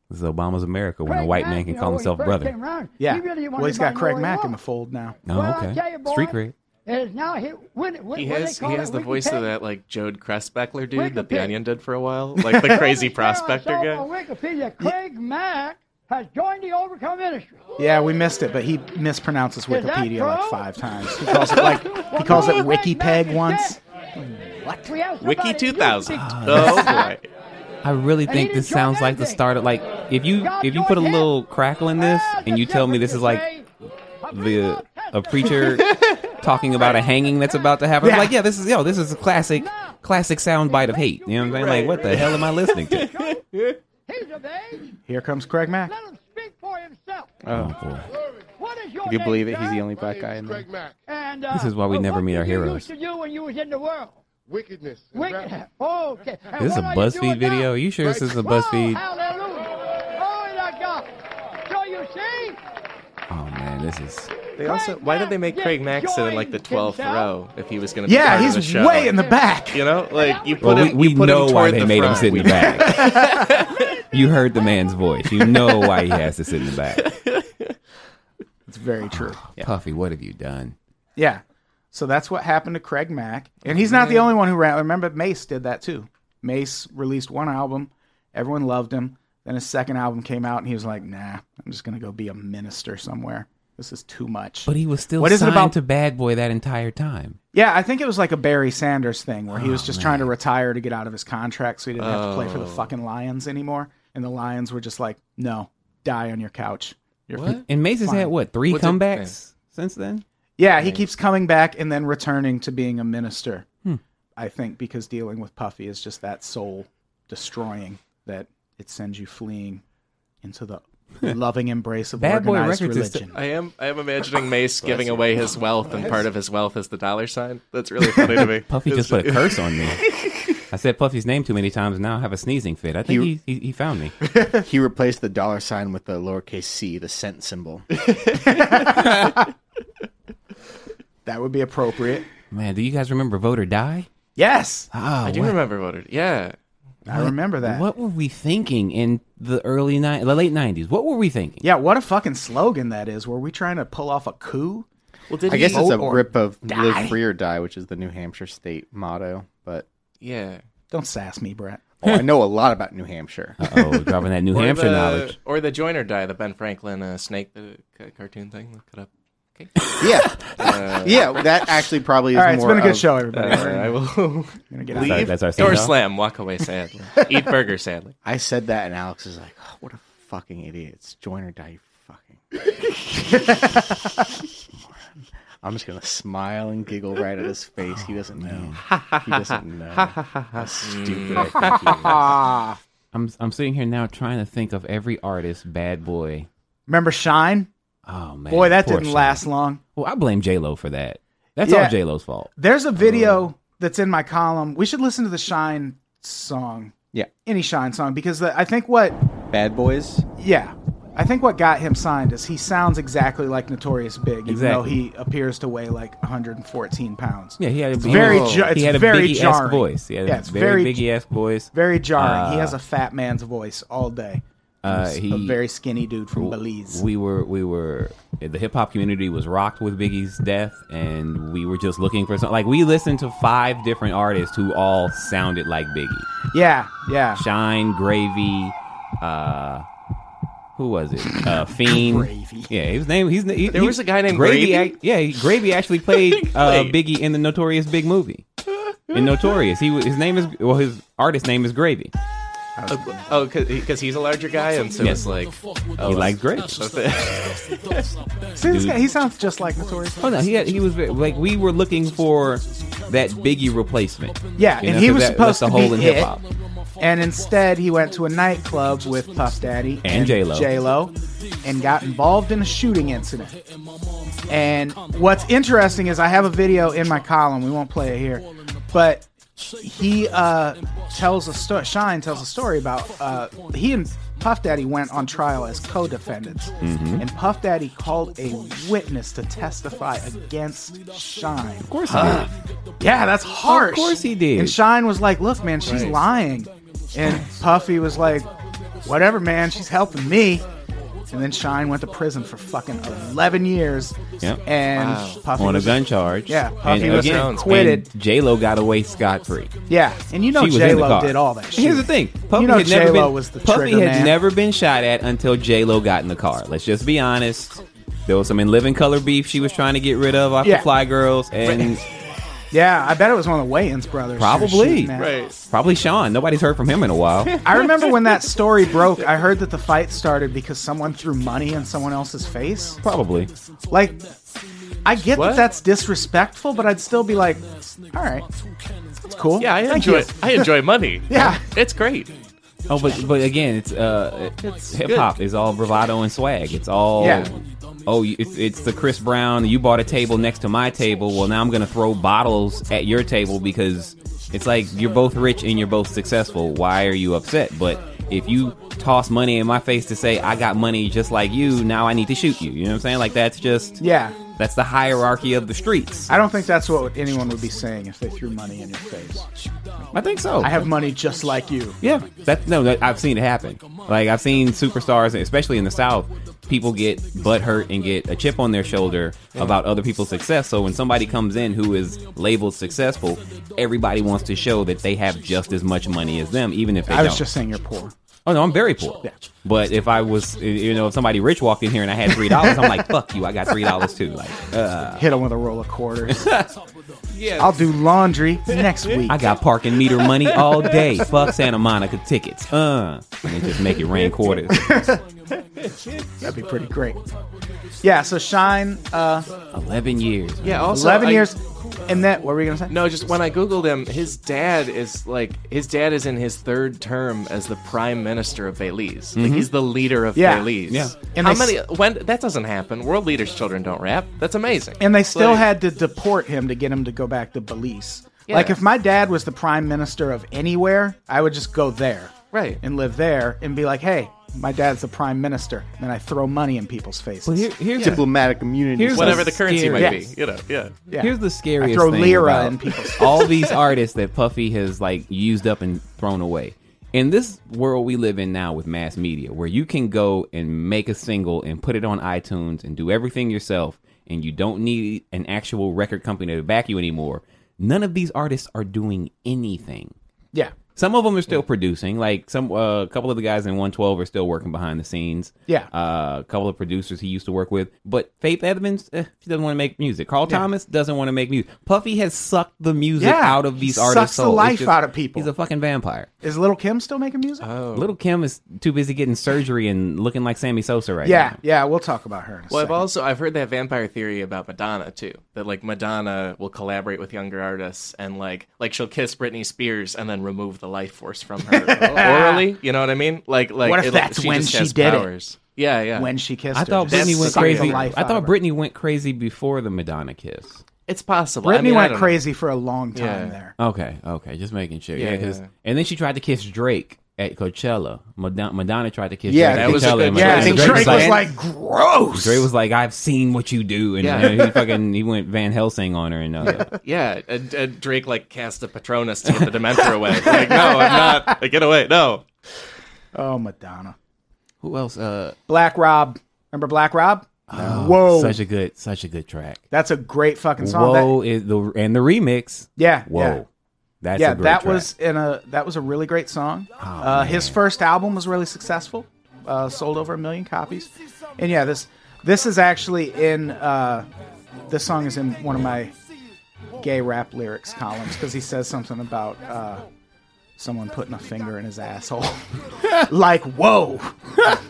Speaker 3: This is Obama's America when
Speaker 6: Craig
Speaker 3: a white
Speaker 6: Mack,
Speaker 3: man
Speaker 6: you
Speaker 3: can
Speaker 6: know,
Speaker 3: call
Speaker 6: when he
Speaker 3: himself
Speaker 6: first
Speaker 3: brother.
Speaker 6: came around,
Speaker 2: Yeah.
Speaker 6: he really didn't want
Speaker 2: well, he's got
Speaker 6: anybody to
Speaker 2: Craig
Speaker 6: know
Speaker 2: Mack
Speaker 6: who
Speaker 2: in
Speaker 6: he
Speaker 2: the fold now.
Speaker 3: Oh,
Speaker 6: Well, I
Speaker 3: okay.
Speaker 6: tell you, boy,
Speaker 3: Street cred.
Speaker 6: was. Is now he, when, when,
Speaker 5: He
Speaker 6: what do
Speaker 5: has
Speaker 6: they
Speaker 5: he
Speaker 6: call
Speaker 5: has
Speaker 6: it?
Speaker 5: the
Speaker 6: We can
Speaker 5: voice
Speaker 6: take-
Speaker 5: of that like Jode Cressbackler
Speaker 6: We
Speaker 5: dude that
Speaker 6: could
Speaker 5: The
Speaker 6: pick-
Speaker 5: Onion did for a while, like the crazy
Speaker 6: Brother Sarah
Speaker 5: prospector
Speaker 6: saw
Speaker 5: guy.
Speaker 6: On Wikipedia, Craig Mack has joined the Overcome Ministry.
Speaker 2: Yeah, we missed it, but he mispronounces
Speaker 6: Is that
Speaker 2: Wikipedia like
Speaker 6: true?
Speaker 2: five times. He calls it <laughs> like he calls it WikiPeg once.
Speaker 6: We have somebody
Speaker 5: Wiki
Speaker 6: who
Speaker 5: 2000.
Speaker 6: used to
Speaker 3: Uh,
Speaker 6: be-
Speaker 5: Oh boy.
Speaker 3: I really
Speaker 6: And he
Speaker 3: think this
Speaker 6: didn't join
Speaker 3: sounds like the
Speaker 6: anything.
Speaker 3: start of like if you
Speaker 6: God
Speaker 3: if you put a
Speaker 6: joined him.
Speaker 3: little crackle in this
Speaker 6: Ah,
Speaker 3: and you
Speaker 6: the
Speaker 3: tell me this is like
Speaker 6: difference is
Speaker 3: the
Speaker 6: race.
Speaker 3: a <laughs> preacher talking about a hanging that's about to happen.
Speaker 2: Yeah.
Speaker 3: I'm like, yeah, this is yo, this is a classic classic soundbite of hate. You know what I'm saying? Like, what the hell am I listening <laughs> to?
Speaker 6: <laughs> He's of age.
Speaker 2: Here comes Craig Mack.
Speaker 6: Let him speak for himself.
Speaker 3: Oh boy.
Speaker 6: What is your
Speaker 4: If you
Speaker 6: name,
Speaker 4: believe it, he's
Speaker 6: sir?
Speaker 4: the only black guy in there.
Speaker 6: And, uh,
Speaker 3: This is why we
Speaker 6: well,
Speaker 3: never
Speaker 6: what
Speaker 3: meet
Speaker 6: did
Speaker 3: our
Speaker 6: you
Speaker 3: heroes.
Speaker 6: used to do when you was in the world?
Speaker 7: wickedness. and
Speaker 6: Wicked. <laughs> Okay. And
Speaker 3: This is a
Speaker 6: what are you
Speaker 3: BuzzFeed
Speaker 6: doing now?
Speaker 3: video. Are you sure this is a
Speaker 6: Whoa,
Speaker 3: BuzzFeed?
Speaker 6: Hallelujah. Glory to God. So you see,
Speaker 3: Oh man, this is
Speaker 5: They also why did they make Craig Mack sit in like the 12th row if he was going to be
Speaker 2: Yeah,
Speaker 5: part of the
Speaker 2: he's
Speaker 5: show?
Speaker 2: way in the back.
Speaker 5: You know, like you put
Speaker 3: well,
Speaker 5: him,
Speaker 3: we, we
Speaker 5: you put
Speaker 3: know
Speaker 5: him
Speaker 3: why
Speaker 5: toward
Speaker 3: they
Speaker 5: the
Speaker 3: made
Speaker 5: front.
Speaker 3: him sit in the back. <laughs> you heard the man's voice. You know why he has to sit in the back.
Speaker 2: It's very true.
Speaker 3: Puffy, what have you done?
Speaker 2: Yeah. So that's what happened to Craig Mack. And he's
Speaker 3: Mm.
Speaker 2: not the only one who ran. Remember, Mace did that too. Mace released one album, everyone loved him. Then his second album came out, and he was like, nah, I'm just going to go be a minister somewhere. This is too much.
Speaker 3: But he was still
Speaker 2: What is it
Speaker 3: signed
Speaker 2: about-
Speaker 3: to Bad Boy that entire time.
Speaker 2: yeah, I think it was like a Barry Sanders thing where he
Speaker 3: Oh,
Speaker 2: was just trying to retire to get out of his contract so he didn't have to play for
Speaker 5: Oh.
Speaker 2: the fucking Lions anymore. And the Lions were just like, no, die on your couch. You're
Speaker 5: What?
Speaker 3: And Mace has had what three
Speaker 5: What's it-
Speaker 3: comebacks since then?
Speaker 2: Yeah, he keeps coming back and then returning to being a minister. I think because dealing with Puffy is just that soul destroying that it sends you fleeing into the loving embrace of
Speaker 3: Bad Boy
Speaker 2: organized
Speaker 3: Records is
Speaker 2: religion.
Speaker 5: I am I
Speaker 2: <laughs>
Speaker 5: am imagining Mace giving away his wealth, and part of his wealth is the dollar sign.
Speaker 2: <laughs>
Speaker 5: That's really funny to me.
Speaker 3: Puffy
Speaker 5: It's
Speaker 3: just put a
Speaker 5: <laughs>
Speaker 3: curse on me. <laughs> I said Puffy's name too many times. Now I have a sneezing fit. I think he he, he found me.
Speaker 7: He replaced the dollar sign with the lowercase c, the cent symbol.
Speaker 2: that would be appropriate.
Speaker 3: Man, do you guys remember Vote or Die?
Speaker 2: Yes,
Speaker 3: Oh,
Speaker 5: I do remember voted. Yeah,
Speaker 2: I remember that.
Speaker 3: What were we thinking in the early ni- the late nineties? What were we thinking?
Speaker 2: Yeah, what a fucking slogan that is. Were we trying to pull off a coup?
Speaker 5: Well, did
Speaker 7: I guess
Speaker 5: he-
Speaker 7: it's a
Speaker 2: Vote or
Speaker 7: grip of
Speaker 2: die.
Speaker 7: live free or die, which is the New Hampshire state motto. But
Speaker 5: yeah.
Speaker 2: Don't sass me, Brett.
Speaker 7: oh, I know a lot about New Hampshire.
Speaker 3: Oh, dropping that New Hampshire
Speaker 5: or the,
Speaker 3: knowledge.
Speaker 5: or the Joiner die, the Ben Franklin uh, snake, the c- cartoon thing. Look it up. Okay.
Speaker 7: yeah,
Speaker 5: <laughs> Uh,
Speaker 7: yeah, that actually probably is
Speaker 2: All right, it's
Speaker 7: more.
Speaker 2: been a good
Speaker 7: of-
Speaker 2: show, everybody.
Speaker 5: uh, I will
Speaker 2: We're gonna get out of
Speaker 5: leave
Speaker 3: that's our
Speaker 5: door
Speaker 3: signal.
Speaker 5: slam, walk away sadly, eat
Speaker 2: <laughs>
Speaker 5: burger sadly.
Speaker 7: I said that, and Alex is like, oh, "What a fucking idiot! It's join or die, you fucking." moron." I'm just gonna smile and giggle right at his face. He doesn't know. He doesn't know. How stupid I think he is.
Speaker 3: I'm I'm sitting here now trying to think of every artist, Bad Boy.
Speaker 2: Remember Shine?
Speaker 3: Oh man,
Speaker 2: Boy, that
Speaker 3: poor
Speaker 2: didn't
Speaker 3: Sean.
Speaker 2: last long.
Speaker 3: Well, I blame J Lo for that. That's
Speaker 2: Yeah.
Speaker 3: all J Lo's fault.
Speaker 2: There's a video that's in my column. We should listen to the Shine song.
Speaker 4: Yeah.
Speaker 2: Any Shine song because the, I think what
Speaker 4: Bad Boys.
Speaker 2: yeah, I think what got him signed is he sounds exactly like Notorious Big even though
Speaker 3: Exactly.
Speaker 2: he appears to weigh like 114 pounds.
Speaker 3: Yeah, he had a
Speaker 2: It's very
Speaker 3: he,
Speaker 2: jar- it's
Speaker 3: he had a
Speaker 2: very
Speaker 3: biggie
Speaker 2: jarring.
Speaker 3: voice. He had
Speaker 2: Yeah,
Speaker 3: a
Speaker 2: it's
Speaker 3: very,
Speaker 2: very-
Speaker 3: biggie esque voice.
Speaker 2: Very jarring. he
Speaker 3: Uh,
Speaker 2: has a fat man's voice all day.
Speaker 3: Uh,
Speaker 2: He's
Speaker 3: he
Speaker 2: a very skinny dude from Belize.
Speaker 3: we were we were the hip hop community was rocked with Biggie's death, and we were just looking for something. Like we listened to five different artists who all sounded like Biggie.
Speaker 2: yeah, yeah.
Speaker 3: Shine, Gravy, uh, who was it?
Speaker 2: <laughs>
Speaker 3: Uh, Fiend.
Speaker 2: Gravy.
Speaker 3: Yeah, his name. He's he,
Speaker 5: There
Speaker 3: he-
Speaker 5: was a guy named Gravy?
Speaker 3: ac- yeah, he- Gravy actually
Speaker 5: <laughs>
Speaker 3: played uh,
Speaker 5: Wait.
Speaker 3: Biggie in the Notorious Big movie. In Notorious, he wa- his name is well, his artist name is Gravy.
Speaker 5: Oh, because he's a larger guy, and so
Speaker 3: Yes.
Speaker 5: it's like Oh,
Speaker 3: he likes Gravy.
Speaker 2: See this guy, he sounds just like Notorious.
Speaker 3: Oh no, he had, he was very- like we were looking for that Biggie replacement.
Speaker 2: Yeah,
Speaker 3: You
Speaker 2: and
Speaker 3: know,
Speaker 2: he
Speaker 3: 'cause
Speaker 2: was
Speaker 3: that-
Speaker 2: supposed
Speaker 3: that's
Speaker 2: to
Speaker 3: the hole
Speaker 2: be
Speaker 3: in
Speaker 2: it.
Speaker 3: hip hop.
Speaker 2: And instead, he went to a nightclub with Puff Daddy
Speaker 3: And J-Lo.
Speaker 2: J-Lo and got involved in a shooting incident. And what's interesting is I have a video in my column. We won't play it here, but he uh, tells a story. Shine tells a story about uh, he and Puff Daddy went on trial as co-defendants,
Speaker 3: Mm-hmm.
Speaker 2: and Puff Daddy called a witness to testify against Shine.
Speaker 3: Of course,
Speaker 2: Yeah, that's harsh.
Speaker 3: Of course he did.
Speaker 2: And Shine was like, "Look, man, she's lying," and Puffy was like, "Whatever, man, she's helping me." And then Shine went to prison for fucking eleven years.
Speaker 3: Yep.
Speaker 2: And Puffy
Speaker 3: on a
Speaker 2: was-
Speaker 3: gun charge.
Speaker 2: Yeah, Puffy was acquitted.
Speaker 3: J Lo got away scot free.
Speaker 2: Yeah, and you know
Speaker 3: she was
Speaker 2: J
Speaker 3: in the
Speaker 2: Lo
Speaker 3: car.
Speaker 2: did all that.
Speaker 3: And
Speaker 2: shit.
Speaker 3: Here's the thing: Puffy
Speaker 2: You know
Speaker 3: had never
Speaker 2: J-Lo
Speaker 3: been
Speaker 2: was the
Speaker 3: Puffy
Speaker 2: trigger
Speaker 3: had
Speaker 2: man.
Speaker 3: never been shot at until J Lo got in the car. Let's just be honest. There was some in living color beef she was trying to get rid of off
Speaker 2: Yeah.
Speaker 3: the Fly Girls,
Speaker 2: <laughs>
Speaker 3: and
Speaker 2: Yeah, I bet it was one of the Wayans brothers. she was
Speaker 3: Probably.
Speaker 2: shooting at.
Speaker 5: right.
Speaker 3: probably Sean. Nobody's heard from him in
Speaker 2: <laughs>
Speaker 3: a while.
Speaker 2: I remember when
Speaker 3: <laughs>
Speaker 2: that story broke. I heard that the fight started because someone threw money in someone else's face.
Speaker 3: probably.
Speaker 2: Like, I get that
Speaker 5: What?
Speaker 2: that's disrespectful, but I'd still be like, all right, it's cool.
Speaker 5: Yeah, I
Speaker 2: Thank
Speaker 5: enjoy.
Speaker 2: you.
Speaker 5: I enjoy money.
Speaker 2: Yeah.
Speaker 5: it's great.
Speaker 3: Oh, but but again, it's uh, hip hop is all bravado and swag. It's all
Speaker 2: Yeah.
Speaker 3: oh, you- it's, it's the Chris Brown. You bought a table next to my table. Well, now I'm gonna throw bottles at your table because it's like you're both rich and you're both successful. Why are you upset? But if you toss money in my face to say I got money just like you, now I need to shoot you. You know what I'm saying? Like that's just
Speaker 2: Yeah.
Speaker 3: That's the hierarchy of the streets.
Speaker 2: I don't think that's what anyone would be saying if they threw money in your face.
Speaker 3: I think so.
Speaker 2: I have money just like you.
Speaker 3: Yeah, that no, that, I've seen it happen. Like I've seen superstars, especially in the South, people get butt hurt and get a chip on their shoulder about other people's success. So when somebody comes in who is labeled successful, everybody wants to show that they have just as much money as them, even if they
Speaker 2: I was
Speaker 3: don't.
Speaker 2: just saying you're poor.
Speaker 3: Oh no, I'm very poor. But if I was, you know, if somebody rich walked in here and I had three dollars, I'm like, <laughs> fuck you, I got three dollars too. Like, uh,
Speaker 2: Hit him with a roll of quarters. <laughs> I'll do laundry
Speaker 5: <laughs>
Speaker 2: next week.
Speaker 3: I got parking meter money all day. Fuck Santa Monica tickets. Uh, and then just make it rain quarters.
Speaker 2: That'd be pretty great. Yeah, so Shine, uh,
Speaker 3: Eleven years. man.
Speaker 5: Yeah, also
Speaker 2: 11
Speaker 5: I-
Speaker 2: years. And that, what were we going to say?
Speaker 5: No, just when I googled him, his dad is like his dad is in his third term as the prime minister of Belize. Like he's the leader of
Speaker 2: Mm-hmm. Yeah.
Speaker 5: Belize.
Speaker 3: Yeah.
Speaker 2: And
Speaker 5: How
Speaker 2: they s-
Speaker 5: many? When that doesn't happen. World leaders' children don't rap. That's amazing.
Speaker 2: And they still
Speaker 5: Like-
Speaker 2: had to deport him to get him to go back to Belize.
Speaker 5: Yeah.
Speaker 2: Like if my dad was the prime minister of anywhere, I would just go there.
Speaker 5: Right.
Speaker 2: And live there and be like, hey, my dad's the prime minister. And I throw money in people's faces.
Speaker 3: But here, <laughs> here's
Speaker 7: Diplomatic immunity.
Speaker 3: Here's
Speaker 5: whatever the currency
Speaker 3: Scary.
Speaker 5: might
Speaker 2: Yes.
Speaker 5: be. You know. Yeah.
Speaker 2: Yeah.
Speaker 3: Here's the scariest
Speaker 2: I throw
Speaker 3: thing
Speaker 2: lira
Speaker 3: about
Speaker 2: in people's
Speaker 3: <laughs> all these artists that Puffy has like used up and thrown away. In this world we live in now with mass media, where you can go and make a single and put it on iTunes and do everything yourself, and you don't need an actual record company to back you anymore. None of these artists are doing anything.
Speaker 2: yeah.
Speaker 3: Some of them are still producing. Like some, uh, a couple of the guys in 112 are still working behind the scenes.
Speaker 2: Yeah.
Speaker 3: Uh, a couple of producers he used to work with. But Faith Evans, eh, she doesn't want to make music. Carl Thomas doesn't want to make music. Puffy has sucked the music
Speaker 2: Yeah.
Speaker 3: out of these
Speaker 2: He
Speaker 3: artists.
Speaker 2: sucks the
Speaker 3: souls. It's
Speaker 2: life out of people. Oh.
Speaker 3: He's a fucking vampire.
Speaker 2: Is Little Kim still making music?
Speaker 5: Oh.
Speaker 3: Little Kim is too busy getting surgery and looking like Sammy Sosa right
Speaker 2: yeah,
Speaker 3: now.
Speaker 2: yeah, we'll talk about her in a
Speaker 5: Well, I've
Speaker 2: second.
Speaker 5: also I've heard that vampire theory about Madonna too. That like Madonna will collaborate with younger artists and like like she'll kiss Britney Spears and then remove the life force
Speaker 2: <laughs>
Speaker 5: from her orally. You know what I mean? Like like
Speaker 2: What if
Speaker 5: it'll-
Speaker 2: that's
Speaker 5: she
Speaker 2: when
Speaker 5: just
Speaker 2: she
Speaker 5: has
Speaker 2: did it?
Speaker 5: powers. Yeah, yeah.
Speaker 2: When she kissed
Speaker 3: I
Speaker 2: her,
Speaker 3: thought
Speaker 2: just
Speaker 3: Britney went
Speaker 2: sucked the
Speaker 3: crazy.
Speaker 2: life
Speaker 3: I
Speaker 2: out
Speaker 3: thought
Speaker 2: of her.
Speaker 3: Britney went crazy before the Madonna kiss.
Speaker 5: it's possible.
Speaker 2: Britney
Speaker 5: I mean, I
Speaker 2: went
Speaker 5: don't know.
Speaker 2: crazy for a long time
Speaker 5: Yeah.
Speaker 2: there.
Speaker 3: Okay, okay, just making sure. Yeah,
Speaker 5: Yeah,
Speaker 3: 'cause-
Speaker 5: yeah.
Speaker 3: and then she tried to kiss Drake at Coachella. Madonna, Madonna tried to kiss
Speaker 7: Yeah,
Speaker 3: Drake
Speaker 7: that
Speaker 3: at
Speaker 5: was a
Speaker 3: Coachella.
Speaker 5: good
Speaker 3: and
Speaker 5: choice.
Speaker 2: Yeah,
Speaker 3: Madonna
Speaker 7: I
Speaker 2: and
Speaker 7: think
Speaker 2: Drake was
Speaker 7: Drake's
Speaker 2: like, gross.
Speaker 3: Dre was like, "I've seen what you do," and
Speaker 5: Yeah.
Speaker 3: uh, he fucking he went Van Helsing on her and uh,
Speaker 5: Yeah, and, and Drake like cast a Patronus to get the Dementor away. Like, no,
Speaker 2: <laughs>
Speaker 5: I'm not. Like, get away. No.
Speaker 2: oh, Madonna.
Speaker 3: who else? Uh,
Speaker 2: Black Rob. Remember Black Rob? Whoa.
Speaker 3: Oh, such a good, such a good track.
Speaker 2: That's a great fucking song. That-
Speaker 3: Whoa is the and the remix.
Speaker 2: yeah.
Speaker 3: Whoa,
Speaker 2: Yeah.
Speaker 3: that's
Speaker 2: yeah,
Speaker 3: a great
Speaker 2: that
Speaker 3: track. Oh,
Speaker 2: was in a that was a really great song. uh, his first album was really successful, uh, sold over a million copies, and yeah, this this is actually in uh, this song is in one of my gay rap lyrics columns because he says something about uh, someone putting a finger in his asshole, <laughs> like whoa. <laughs>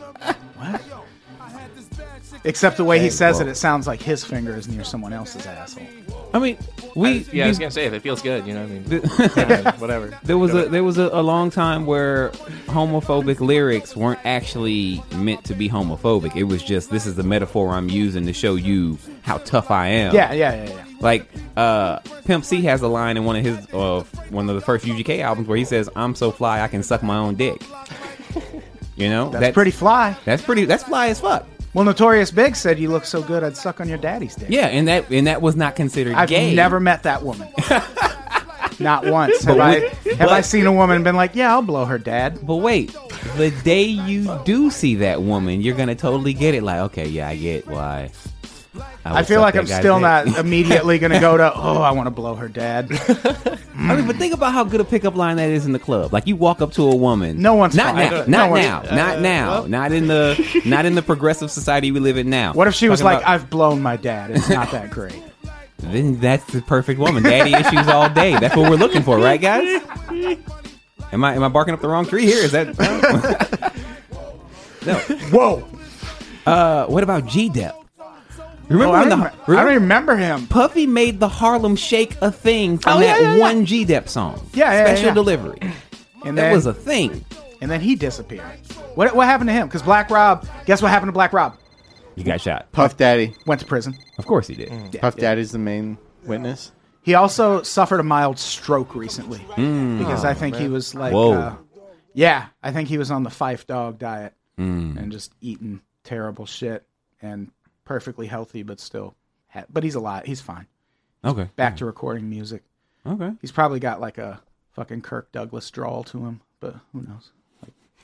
Speaker 2: Except the way he says it,
Speaker 3: whoa.
Speaker 2: it sounds like his finger is near someone else's asshole.
Speaker 3: I mean, we
Speaker 5: Yeah, I was
Speaker 3: these-
Speaker 5: gonna say if it feels good, you know what I mean. Yeah, whatever.
Speaker 3: there was a there was a, a long time where homophobic lyrics weren't actually meant to be homophobic. It was just this is the metaphor I'm using to show you how tough I am.
Speaker 2: Yeah, yeah, yeah, yeah.
Speaker 3: Like uh, Pimp C has a line in one of his uh, one of the first UGK albums where he says, "I'm so fly I can suck my
Speaker 2: <laughs>
Speaker 3: own dick." You know,
Speaker 2: That's, pretty fly.
Speaker 3: That's pretty. That's fly as fuck.
Speaker 2: Well, Notorious Big said you look so good I'd suck on your daddy's dick.
Speaker 3: Yeah, and that and that was not considered
Speaker 2: I've
Speaker 3: gay.
Speaker 2: never met that
Speaker 3: <laughs>
Speaker 2: woman. Not once have I have I
Speaker 3: but-
Speaker 2: seen a woman and been like, "Yeah, I'll blow her dad."
Speaker 3: But wait, the day you do see that woman, you're gonna totally get it. Like, okay, yeah, I get why.
Speaker 2: I
Speaker 3: would
Speaker 2: feel
Speaker 3: suck
Speaker 2: like
Speaker 3: that
Speaker 2: I'm
Speaker 3: guy's
Speaker 2: still
Speaker 3: dick. <laughs>
Speaker 2: not immediately going to go to, "Oh, I want to blow her dad."
Speaker 3: I mean, but think about how good a pickup line that is in the club. Like you walk up to a woman.
Speaker 2: No one's
Speaker 3: not
Speaker 2: fine.
Speaker 3: now,
Speaker 2: No
Speaker 3: not
Speaker 2: one's-
Speaker 3: now, not now, not in the not in the progressive society we live in now.
Speaker 2: What if she was
Speaker 3: Talking
Speaker 2: like, "I've blown my dad. It's not that
Speaker 3: <laughs>
Speaker 2: great."
Speaker 3: about- then that's the perfect woman. Daddy issues all day. That's what we're looking for, right, guys? Am I am I barking up the wrong tree here? Is that no?
Speaker 2: Whoa!
Speaker 3: Uh, what about G Dep?
Speaker 2: Oh,
Speaker 3: Remember
Speaker 2: I,
Speaker 3: when the
Speaker 2: remember, I
Speaker 3: remember-
Speaker 2: remember him.
Speaker 3: Puffy made the Harlem Shake a thing from
Speaker 2: Oh, yeah,
Speaker 3: that
Speaker 2: yeah, yeah.
Speaker 3: one G Dep song.
Speaker 2: Yeah, yeah,
Speaker 3: special
Speaker 2: yeah.
Speaker 3: delivery.
Speaker 2: And
Speaker 3: That
Speaker 2: then,
Speaker 3: was a thing.
Speaker 2: and then he disappeared. What what happened to him? Because Black Rob. Guess what happened to Black Rob?
Speaker 3: You got shot.
Speaker 7: Puff Daddy.
Speaker 2: Went to prison.
Speaker 3: Of course he did.
Speaker 2: Mm.
Speaker 7: Puff Daddy's the main witness.
Speaker 2: He also suffered a mild stroke recently because I think he was like,
Speaker 3: Whoa.
Speaker 2: uh, yeah, I think he was on the Fife Dog diet and just eating terrible shit and perfectly healthy, but still, ha- but he's alive. He's fine.
Speaker 3: Okay.
Speaker 2: Back to recording music.
Speaker 3: Okay.
Speaker 2: He's probably got like a fucking Kirk Douglas drawl to him, but who knows?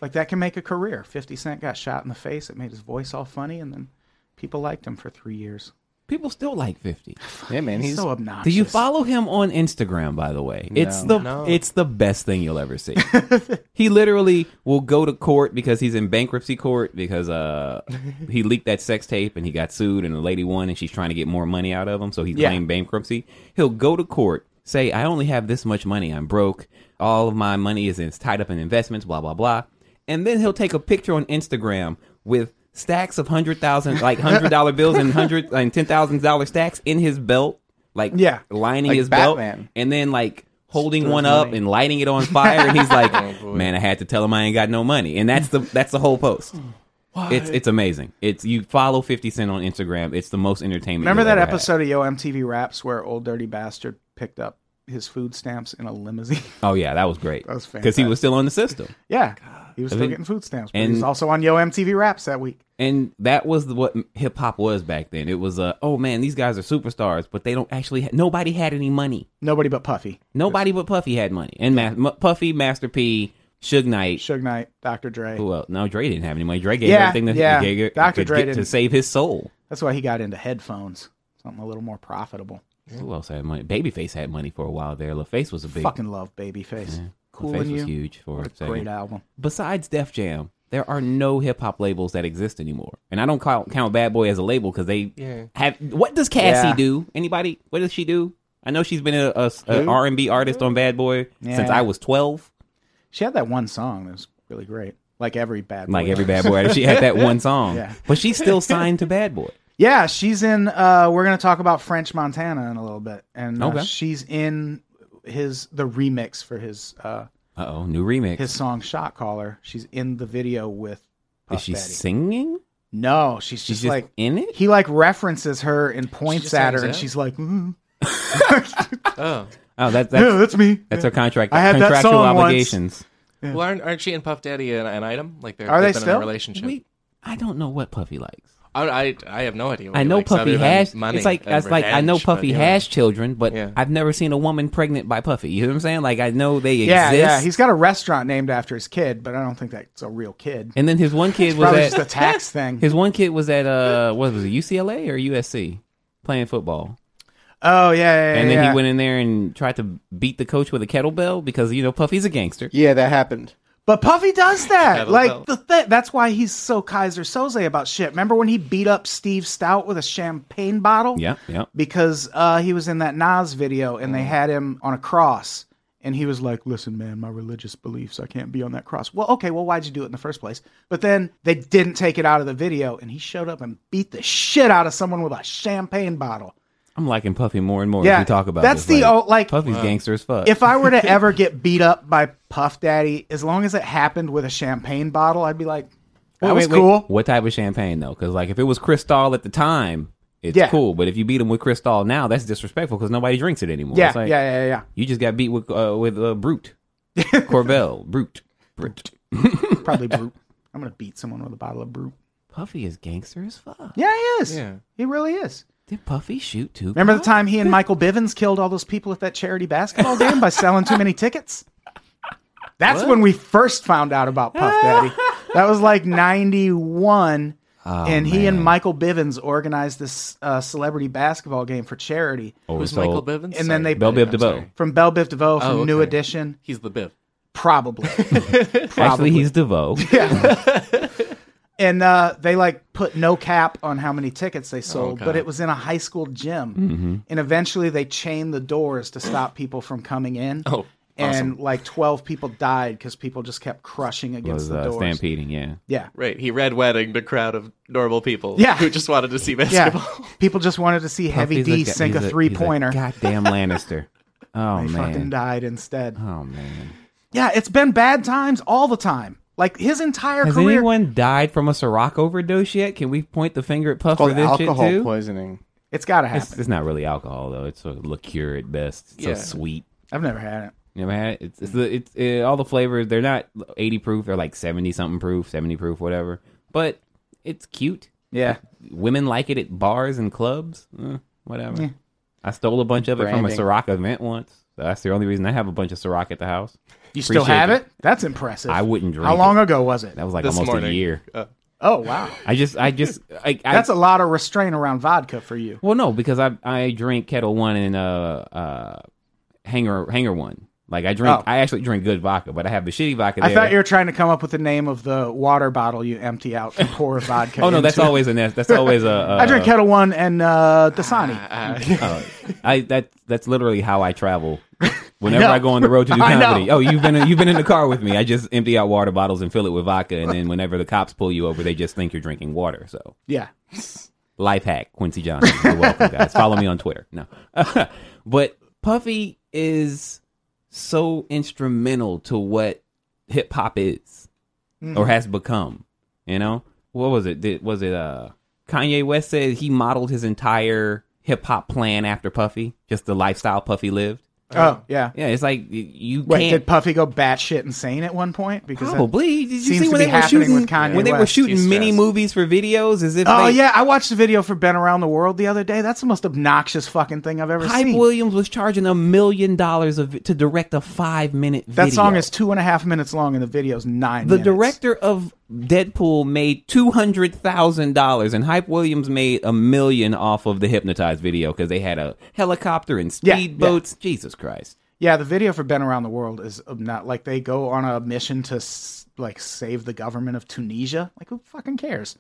Speaker 2: Like that can make a career. Fifty Cent got shot in the face. It made his voice all funny, and then people liked him for three years.
Speaker 3: People still like Fifty.
Speaker 7: Yeah, man,
Speaker 2: He's,
Speaker 7: he's
Speaker 2: so obnoxious.
Speaker 3: Do you follow him on Instagram? By the way, it's the it's the best thing you'll ever see. <laughs> he literally will go to court because he's in bankruptcy court because uh he leaked that sex tape and he got sued and the lady won and she's trying to get more money out of him so he
Speaker 2: Yeah.
Speaker 3: claimed bankruptcy. He'll go to court say I only have this much money. I'm broke. All of my money is it's tied up in investments. Blah blah blah. And then he'll take a picture on Instagram with stacks of hundred thousand like hundred dollar bills and hundred and ten thousand dollar stacks in his belt. Like
Speaker 2: Yeah.
Speaker 3: lining
Speaker 7: Like
Speaker 3: his belt
Speaker 7: Batman.
Speaker 3: and then like holding one up and lighting it on fire and he's like man i had to tell him i ain't got no money and that's the that's the whole post it's it's amazing it's you follow 50 cent on instagram it's the most entertainment
Speaker 2: Remember
Speaker 3: you'll
Speaker 2: that
Speaker 3: ever have.
Speaker 2: episode of Yo MTV Raps where old dirty bastard picked up his food stamps in a limousine? <laughs>
Speaker 3: oh yeah that was great
Speaker 2: was
Speaker 3: because he was still on the system
Speaker 2: yeah, he was still
Speaker 3: think-
Speaker 2: getting food stamps, but he
Speaker 3: and-
Speaker 2: was also on Yo MTV Raps that week.
Speaker 3: and that was the- what hip hop was back then it was uh oh man these guys are superstars but they don't actually ha- nobody had any money
Speaker 2: Nobody but Puffy,
Speaker 3: nobody but puffy had money and Ma- Ma- puffy master p Suge Knight,
Speaker 2: Suge Knight, Dr. Dre.
Speaker 3: Who else? No, Dre didn't have any money. Dre gave
Speaker 2: Yeah,
Speaker 3: everything to,
Speaker 2: yeah.
Speaker 3: gave-
Speaker 2: Dr.
Speaker 3: to
Speaker 2: Dre
Speaker 3: get- to
Speaker 2: didn't.
Speaker 3: save his soul.
Speaker 2: That's why he got into headphones, something a little more profitable.
Speaker 3: Who else had money? Babyface had money for a while there. LaFace was a big.
Speaker 2: Fucking love Babyface. Cool
Speaker 3: LaFace
Speaker 2: in
Speaker 3: was
Speaker 2: you.
Speaker 3: huge for a
Speaker 2: What a
Speaker 3: second.
Speaker 2: great album.
Speaker 3: Besides Def Jam, there are no hip hop labels that exist anymore, and I don't call, count Bad Boy as a label because they
Speaker 5: Yeah.
Speaker 3: have. What does Cassie
Speaker 2: Yeah.
Speaker 3: do? Anybody? What does she do? I know she's been a, a, R and B artist on Bad Boy since
Speaker 2: Yeah.
Speaker 3: I was twelve.
Speaker 2: She had that one song that was really great. Like every bad boy.
Speaker 3: Like every Bad Boy artist, she had
Speaker 2: <laughs>
Speaker 3: that one song,
Speaker 2: Yeah.
Speaker 3: but she's still signed to Bad Boy.
Speaker 2: Yeah, she's in. Uh, we're gonna talk about French Montana in a little bit, and uh,
Speaker 3: Okay.
Speaker 2: she's in his the remix for his uh,
Speaker 3: Uh oh, new remix.
Speaker 2: his song "Shot Caller." She's in the video with. Puff
Speaker 3: Is she
Speaker 2: Daddy.
Speaker 3: singing?
Speaker 2: No, she's just,
Speaker 3: She's just
Speaker 2: like
Speaker 3: in it.
Speaker 2: he like references her and points
Speaker 5: just
Speaker 2: at her,
Speaker 5: hangs
Speaker 2: and
Speaker 5: out?
Speaker 2: she's like, mm,
Speaker 5: Oh,
Speaker 3: Oh, that,
Speaker 2: "Yeah,
Speaker 3: that's
Speaker 2: that's me."
Speaker 3: that's her contract.
Speaker 2: I had that
Speaker 3: contractual
Speaker 2: song once.
Speaker 3: obligations.
Speaker 5: well, aren't, aren't she and Puff Daddy an, an item? Like they're
Speaker 2: Are
Speaker 5: they've
Speaker 2: they
Speaker 5: been in
Speaker 2: still?
Speaker 5: a relationship.
Speaker 3: We, I don't know what Puffy likes.
Speaker 5: I, I I have no idea. What
Speaker 3: I
Speaker 5: he
Speaker 3: know
Speaker 5: likes
Speaker 3: Puffy
Speaker 5: other than
Speaker 3: has.
Speaker 5: money.
Speaker 3: It's like
Speaker 5: and
Speaker 3: it's like I know
Speaker 5: revenge, but,
Speaker 3: Puffy
Speaker 5: yeah.
Speaker 3: has children, but
Speaker 5: Yeah.
Speaker 3: I've never seen a woman pregnant by Puffy. You know what I'm saying? Like I know they
Speaker 2: Yeah,
Speaker 3: exist.
Speaker 2: yeah. He's got a restaurant named after his kid, but I don't think that's a real kid.
Speaker 3: and then his one kid was
Speaker 2: Probably
Speaker 3: at
Speaker 2: just a
Speaker 3: <laughs>
Speaker 2: tax thing.
Speaker 3: his one kid was at uh what was it UCLA or USC playing football,
Speaker 2: oh yeah, yeah, yeah.
Speaker 3: and then
Speaker 2: yeah.
Speaker 3: he went in there and tried to beat the coach with a kettlebell because you know Puffy's a gangster.
Speaker 7: yeah, that happened.
Speaker 2: But Puffy does
Speaker 5: Yeah,
Speaker 2: that.
Speaker 5: but
Speaker 2: like
Speaker 5: well-
Speaker 2: the th- that's why he's so Kaiser Soze about shit. Remember when he beat up Steve Stout with a champagne bottle?
Speaker 3: Yeah, yeah.
Speaker 2: Because uh, he was in that Nas video and
Speaker 3: Oh.
Speaker 2: they had him on a cross and he was like, "Listen, man, my religious beliefs, I can't be on that cross." Well, okay, well why'd you do it in the first place? But then they didn't take it out of the video and he showed up and beat the shit out of someone with a champagne bottle.
Speaker 3: I'm liking Puffy more and more
Speaker 2: Yeah,
Speaker 3: as we talk about.
Speaker 2: that's
Speaker 3: this.
Speaker 2: the
Speaker 3: like,
Speaker 2: o- like-
Speaker 3: Puffy's gangster as fuck.
Speaker 2: If I were
Speaker 3: <laughs>
Speaker 2: to ever get beat up by Puff Daddy, as long as it happened with a champagne bottle, I'd be like, "That
Speaker 3: Wait,
Speaker 2: was
Speaker 3: wait, wait.
Speaker 2: cool."
Speaker 3: What type of champagne though? Because like if it was Cristal at the time, it's
Speaker 2: Yeah.
Speaker 3: cool. But if you beat him with Cristal now, that's disrespectful because nobody drinks it anymore.
Speaker 2: Yeah,
Speaker 3: It's like,
Speaker 2: yeah, yeah, yeah.
Speaker 3: You just got beat with uh, with
Speaker 2: <laughs>
Speaker 3: uh, Brute, Corbel, Brute, Brute.
Speaker 2: yeah. Probably brute. I'm gonna beat someone with a bottle of brute.
Speaker 3: Puffy is gangster as fuck.
Speaker 2: Yeah, he is.
Speaker 5: Yeah.
Speaker 2: He really is.
Speaker 3: Did Puffy shoot too?
Speaker 2: Remember the time he and Michael Bivins killed all those people at that charity basketball game by selling too many tickets? That's when we first found out about Puff Daddy. That was like 91.
Speaker 3: Oh,
Speaker 2: and he and Michael Bivins organized this uh, celebrity basketball game for charity.
Speaker 5: Who's
Speaker 3: Oh,
Speaker 5: Michael Bivins?
Speaker 2: And then they-
Speaker 3: Bell Biv
Speaker 5: buddy, I'm
Speaker 3: DeVoe.
Speaker 5: sorry.
Speaker 2: From Belle Biv DeVoe, from
Speaker 5: Oh,
Speaker 2: New
Speaker 5: okay.
Speaker 2: Edition.
Speaker 5: He's the Biv.
Speaker 2: Probably.
Speaker 3: Actually, he's
Speaker 2: <laughs>
Speaker 3: DeVoe.
Speaker 2: and uh, they like put no cap on how many tickets they sold,
Speaker 5: okay.
Speaker 2: but it was in a high school gym,
Speaker 3: Mm-hmm.
Speaker 2: and eventually they chained the doors to stop people from coming in.
Speaker 5: Oh,
Speaker 2: and like twelve people died because people just kept crushing against
Speaker 3: was
Speaker 2: the
Speaker 3: uh,
Speaker 2: doors.
Speaker 3: stampeding. Yeah. <laughs>
Speaker 2: Yeah,
Speaker 5: Right. He red wedding the crowd of normal people
Speaker 2: Yeah.
Speaker 5: who just wanted to see
Speaker 2: yeah.
Speaker 5: basketball.
Speaker 2: people just wanted to see Heavy
Speaker 3: Puffy's
Speaker 2: D
Speaker 3: ga-
Speaker 2: sink a,
Speaker 3: he's
Speaker 2: three pointer.
Speaker 3: He's a goddamn
Speaker 2: <laughs>
Speaker 3: Lannister. Oh
Speaker 2: they fucking
Speaker 3: man.
Speaker 2: died instead.
Speaker 3: Oh man.
Speaker 2: Yeah, it's been bad times all the time. Like his entire
Speaker 3: Has
Speaker 2: career.
Speaker 3: anyone died from a Ciroc overdose yet? Can we point the finger at Puff for
Speaker 7: Called
Speaker 3: this
Speaker 7: alcohol
Speaker 3: shit too?
Speaker 7: poisoning.
Speaker 2: it's got to
Speaker 3: It's,
Speaker 2: happen.
Speaker 3: it's not really alcohol though. It's a liqueur at best. It's
Speaker 5: Yeah.
Speaker 3: so sweet.
Speaker 2: I've never had it.
Speaker 3: You know, man, it's it's, the, it's uh all the flavors. They're not eighty proof. They're like seventy something proof, seventy proof, whatever. But it's cute.
Speaker 2: Yeah,
Speaker 3: Women like it at bars and clubs. Eh, whatever. I stole a bunch of it from a
Speaker 7: Branding.
Speaker 3: Ciroc event once. That's the only reason I have a bunch of Ciroc at the house.
Speaker 2: You still
Speaker 3: Appreciate
Speaker 2: have
Speaker 3: it.
Speaker 2: it? That's impressive.
Speaker 3: I wouldn't drink
Speaker 2: How long
Speaker 3: it.
Speaker 2: ago was it?
Speaker 3: That was like
Speaker 5: This
Speaker 3: almost a
Speaker 5: morning.
Speaker 3: year.
Speaker 2: Oh wow,
Speaker 3: I just, I just, I, I,
Speaker 2: that's a lot of restraint around vodka for you.
Speaker 3: Well, no, because I I drink Kettle One and uh uh Hanger Hanger One. Like I drink,
Speaker 2: Oh.
Speaker 3: I actually drink good vodka, but I have the shitty vodka.
Speaker 2: I
Speaker 3: there.
Speaker 2: thought you were trying to come up with the name of the water bottle you empty out and pour vodka.
Speaker 3: Oh no, that's
Speaker 2: into.
Speaker 3: always a nest. That's always a. a
Speaker 2: <laughs>
Speaker 3: uh,
Speaker 2: I drink Kettle One and uh,
Speaker 3: Ah,
Speaker 2: Dasani.
Speaker 3: I that that's literally how I travel. Whenever I,
Speaker 2: know.
Speaker 3: go on the road to
Speaker 2: <laughs>
Speaker 3: do
Speaker 2: I know.
Speaker 3: comedy, oh you've been in, you've been in the car with me. I just empty out water bottles and fill it with vodka, and then whenever the cops pull you over, they just think you're drinking water. So <laughs>
Speaker 2: Yeah,
Speaker 3: life hack, Quincy Johnson. You're welcome, guys. Follow me on Twitter. No, <laughs> but Puffy is so instrumental to what hip hop is
Speaker 2: Mm-hmm.
Speaker 3: or has become. You know, what was it? Did, was it uh Kanye West said he modeled his entire hip hop plan after Puffy, just the lifestyle Puffy lived.
Speaker 2: Oh yeah.
Speaker 3: Yeah, it's like y- you
Speaker 2: Wait,
Speaker 3: can't.
Speaker 2: did Puffy go batshit insane at one point? Because that-
Speaker 3: Probably. Did you
Speaker 2: seems
Speaker 3: see
Speaker 2: to
Speaker 3: when
Speaker 2: be
Speaker 3: they were
Speaker 2: happening
Speaker 3: shooting
Speaker 2: with Kanye
Speaker 3: when they were
Speaker 2: West.
Speaker 3: shooting
Speaker 5: He's
Speaker 3: mini
Speaker 5: stressed.
Speaker 3: movies for videos? As if
Speaker 2: oh
Speaker 3: they,
Speaker 2: yeah, I watched the video for "Been Around the World" the other day. That's the most obnoxious fucking thing I've ever
Speaker 3: Hype
Speaker 2: seen.
Speaker 3: Williams was charging a million dollars of to direct a five minute video.
Speaker 2: that song is two and a half minutes long, and the video's nine.
Speaker 3: the
Speaker 2: minutes.
Speaker 3: director of Deadpool made two hundred thousand dollars, and Hype Williams made a million off of the hypnotized video because they had a helicopter and
Speaker 2: Yeah,
Speaker 3: speedboats. Jesus Christ!
Speaker 2: Yeah, the video for "Been Around the World" is not like they go on a mission to s- like save the government of Tunisia. Like who fucking cares?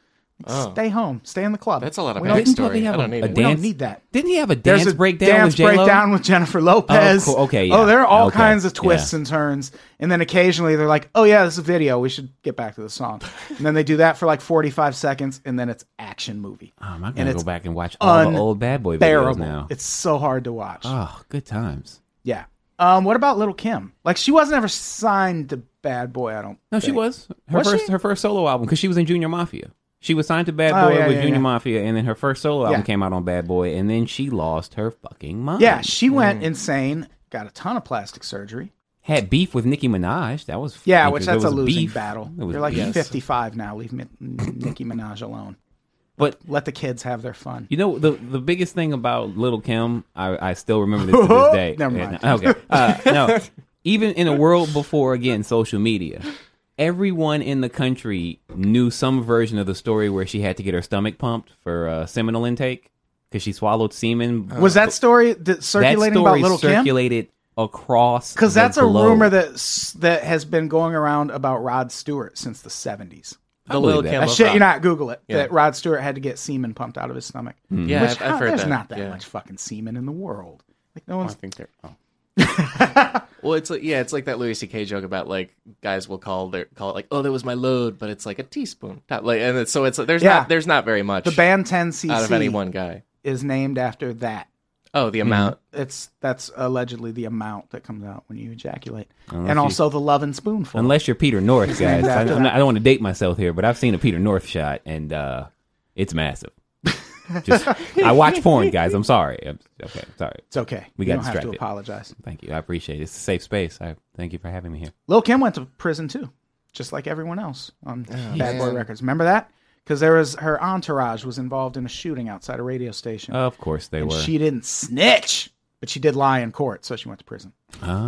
Speaker 2: Stay home, stay in the club.
Speaker 5: Oh. That's a lot of
Speaker 2: We don't,
Speaker 5: backstory.
Speaker 3: Didn't Puffy have
Speaker 5: I
Speaker 3: a,
Speaker 5: don't need
Speaker 3: a
Speaker 5: it.
Speaker 2: we don't
Speaker 3: dance?
Speaker 2: need that.
Speaker 3: Didn't he have a
Speaker 2: There's
Speaker 3: dance
Speaker 2: a
Speaker 3: breakdown
Speaker 2: dance
Speaker 3: with J-Lo?
Speaker 2: breakdown with Jennifer Lopez.
Speaker 3: Oh, cool. Okay,
Speaker 2: Oh,
Speaker 3: yeah.
Speaker 2: there are all
Speaker 3: Okay,
Speaker 2: kinds of twists
Speaker 3: yeah.
Speaker 2: and turns, and then occasionally they're like, "Oh yeah, this is a video. We should get back to the
Speaker 5: <laughs>
Speaker 2: song." and then they do that for like forty-five seconds, and then it's action movie.
Speaker 3: Oh, I'm
Speaker 2: And
Speaker 3: gonna
Speaker 2: it's
Speaker 3: go back and watch all the
Speaker 2: un-
Speaker 3: old Bad Boy videos
Speaker 2: Bearable.
Speaker 3: now.
Speaker 2: It's so hard to watch.
Speaker 3: oh, good times.
Speaker 2: yeah. Um, what about Little Kim? Like she wasn't ever signed to Bad Boy. I don't.
Speaker 3: No, she
Speaker 2: think.
Speaker 3: was her
Speaker 2: Was
Speaker 3: first
Speaker 2: she?
Speaker 3: her first solo album because she was in Junior Mafia. She was signed to Bad
Speaker 2: Oh,
Speaker 3: Boy
Speaker 2: yeah,
Speaker 3: with
Speaker 2: yeah,
Speaker 3: Junior
Speaker 2: yeah.
Speaker 3: Mafia, and then her first solo album
Speaker 2: Yeah.
Speaker 3: came out on Bad Boy, and then she lost her fucking mind.
Speaker 2: Yeah, she went insane. Got a ton of plastic surgery.
Speaker 3: had beef with Nicki Minaj. That was
Speaker 2: Yeah, which
Speaker 3: interesting.
Speaker 2: that's a
Speaker 3: There was
Speaker 2: losing
Speaker 3: beef.
Speaker 2: battle.
Speaker 3: There was
Speaker 2: You're like
Speaker 3: beef.
Speaker 2: 55 now. Leave Mi- Nicki Minaj alone.
Speaker 3: But
Speaker 2: Let the kids have their fun.
Speaker 3: you know the the biggest thing about Little Kim, I, I still remember
Speaker 2: <laughs>
Speaker 3: this to this day.
Speaker 2: Never mind.
Speaker 3: Yeah, no, okay, uh, no, even in a world before again social media, everyone in the country knew some version of the story where she had to get her stomach pumped for uh, seminal intake because she swallowed semen.
Speaker 2: Was that story that
Speaker 3: that
Speaker 2: circulating
Speaker 3: story
Speaker 2: about Little Kim?
Speaker 3: circulated across?
Speaker 2: Because
Speaker 3: the
Speaker 2: that's a
Speaker 3: globe.
Speaker 2: rumor that s- that has been going around about Rod Stewart since the 70s.
Speaker 3: I
Speaker 5: The
Speaker 3: believe
Speaker 5: Lil'
Speaker 3: that.
Speaker 5: Kim
Speaker 2: That
Speaker 5: of
Speaker 2: shit,
Speaker 5: rock.
Speaker 2: you not Google it.
Speaker 5: Yeah.
Speaker 2: That Rod Stewart had to get semen pumped out of his stomach.
Speaker 3: Hmm.
Speaker 5: Yeah,
Speaker 2: Which,
Speaker 5: I've,
Speaker 2: how-
Speaker 5: I've heard
Speaker 2: there's
Speaker 5: that.
Speaker 2: not that
Speaker 5: yeah.
Speaker 2: much fucking semen in the world. Like no
Speaker 7: I
Speaker 2: one's.
Speaker 7: think they're. Oh.
Speaker 5: Well, it's like yeah, it's like that Louis C.K. joke about like guys will call their call it like oh that was my load, but it's like a teaspoon, not like and it's, so it's like, there's
Speaker 2: Yeah.
Speaker 5: not there's not very much
Speaker 2: The band
Speaker 5: out of any one
Speaker 2: 10cc
Speaker 5: guy.
Speaker 2: is named after that.
Speaker 5: Oh, the amount.
Speaker 2: Mm-hmm. It's that's allegedly the amount that comes out when you ejaculate,
Speaker 3: Unless
Speaker 2: and
Speaker 3: you-
Speaker 2: also the love and spoonful.
Speaker 3: Unless you're Peter North, guys.
Speaker 2: named
Speaker 3: I,
Speaker 2: after
Speaker 3: I'm not,
Speaker 2: that.
Speaker 3: I don't want to date myself here, but I've seen a Peter North shot, and uh, it's massive. Just, I watch porn, guys. I'm sorry. I'm, okay, sorry.
Speaker 2: it's okay.
Speaker 3: We
Speaker 2: you
Speaker 3: got
Speaker 2: don't have to
Speaker 3: distracted.
Speaker 2: apologize.
Speaker 3: Thank you. I appreciate it. It's a safe space. I thank you for having me here.
Speaker 2: Lil Kim went to prison too, just like everyone else on Bad Boy
Speaker 5: man.
Speaker 2: Records. Remember that? Because there was her entourage was involved in a shooting outside a radio station,
Speaker 3: Of course Oh, they
Speaker 2: and
Speaker 3: were.
Speaker 2: she didn't snitch, but she did lie in court, so she went to prison.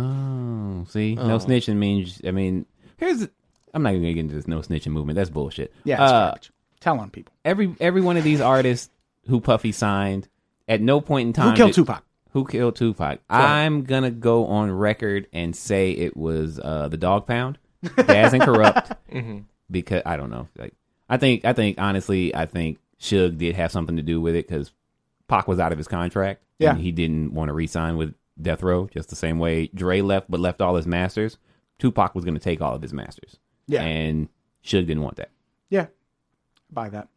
Speaker 3: oh, see, no snitching means. I mean, here's. The, I'm not even gonna get into this no snitching movement. That's bullshit.
Speaker 2: Yeah, it's
Speaker 3: Uh,
Speaker 2: garbage. Tell on people
Speaker 3: every every one of these artists who Puffy signed at no point in time
Speaker 2: who killed
Speaker 3: did-
Speaker 2: Tupac.
Speaker 3: Who killed Tupac? I'm gonna go on record and say it was uh, the Dog Pound, Daz and Corrupt,
Speaker 2: <laughs> Mm-hmm.
Speaker 3: because I don't know. Like, I think, I think honestly, I think Suge did have something to do with it because Pac was out of his contract.
Speaker 2: Yeah.
Speaker 3: and he didn't want to re-sign with Death Row, just the same way Dre left, but left all his masters. Tupac was gonna take all of his masters.
Speaker 2: Yeah.
Speaker 3: and Suge didn't want that.
Speaker 2: Yeah, buy that.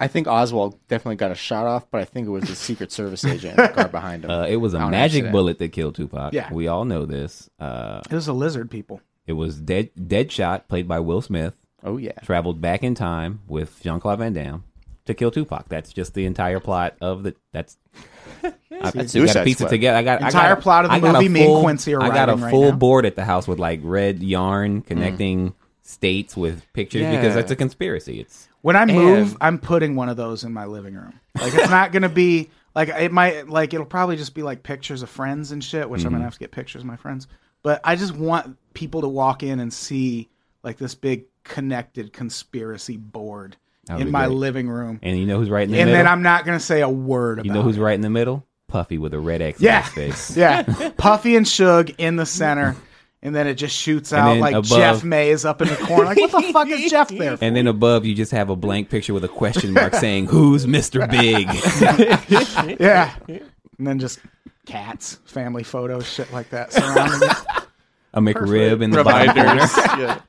Speaker 7: I think Oswald definitely got a shot off, but I think it was the Secret <laughs> Service agent in the car behind him.
Speaker 3: Uh, it was a
Speaker 7: On
Speaker 3: magic
Speaker 7: accident.
Speaker 3: bullet that killed Tupac.
Speaker 2: Yeah.
Speaker 3: we all know this. Uh,
Speaker 2: It was a lizard people.
Speaker 3: it was Dead Deadshot, played by Will Smith.
Speaker 7: oh yeah.
Speaker 3: traveled back in time with Jean Claude Van Damme to kill Tupac. That's just the entire plot of the. That's.
Speaker 2: <laughs>
Speaker 3: I, I got a
Speaker 7: Suicide
Speaker 3: piece it
Speaker 7: Squad.
Speaker 3: together. I got I
Speaker 2: Entire
Speaker 3: got, a-
Speaker 2: plot of the
Speaker 3: I got a
Speaker 2: movie, me and
Speaker 3: full-
Speaker 2: Quincy are
Speaker 3: I got a
Speaker 2: writing right
Speaker 3: full
Speaker 2: now. Mm.
Speaker 3: board at the house with like red yarn connecting states with pictures because
Speaker 5: Yeah.
Speaker 3: that's a conspiracy. It's
Speaker 2: When I move,
Speaker 5: And-
Speaker 2: I'm putting one of those in my living room. Like it's not going to be Like it might like it'll probably just be like pictures of friends and shit, which I'm
Speaker 3: Mm-hmm.
Speaker 2: gonna have to get pictures of my friends. But I just want people to walk in and see like this big connected conspiracy board
Speaker 3: would
Speaker 2: in
Speaker 3: be
Speaker 2: my
Speaker 3: great.
Speaker 2: living room.
Speaker 3: And you know who's right in the
Speaker 2: And
Speaker 3: middle?
Speaker 2: then I'm not gonna say a word about
Speaker 3: you know who's
Speaker 2: it.
Speaker 3: right in the middle? Puffy with a red X
Speaker 2: Yeah.
Speaker 3: on his face.
Speaker 2: Yeah.
Speaker 3: <laughs>
Speaker 2: Puffy and Shug in the center. And then it just shoots out
Speaker 3: then
Speaker 2: like
Speaker 3: above-
Speaker 2: Jeff Mays up in the corner. Like, what the fuck is Jeff there for?
Speaker 3: And then above, you just have a blank picture with a
Speaker 2: <laughs>
Speaker 3: question mark saying, "Who's Mr. Big?"
Speaker 2: Yeah. And then just cats, family photos, shit like
Speaker 5: <laughs>
Speaker 2: that surrounding it.
Speaker 3: a McRib in the bottom corner.
Speaker 5: Reminders. yeah.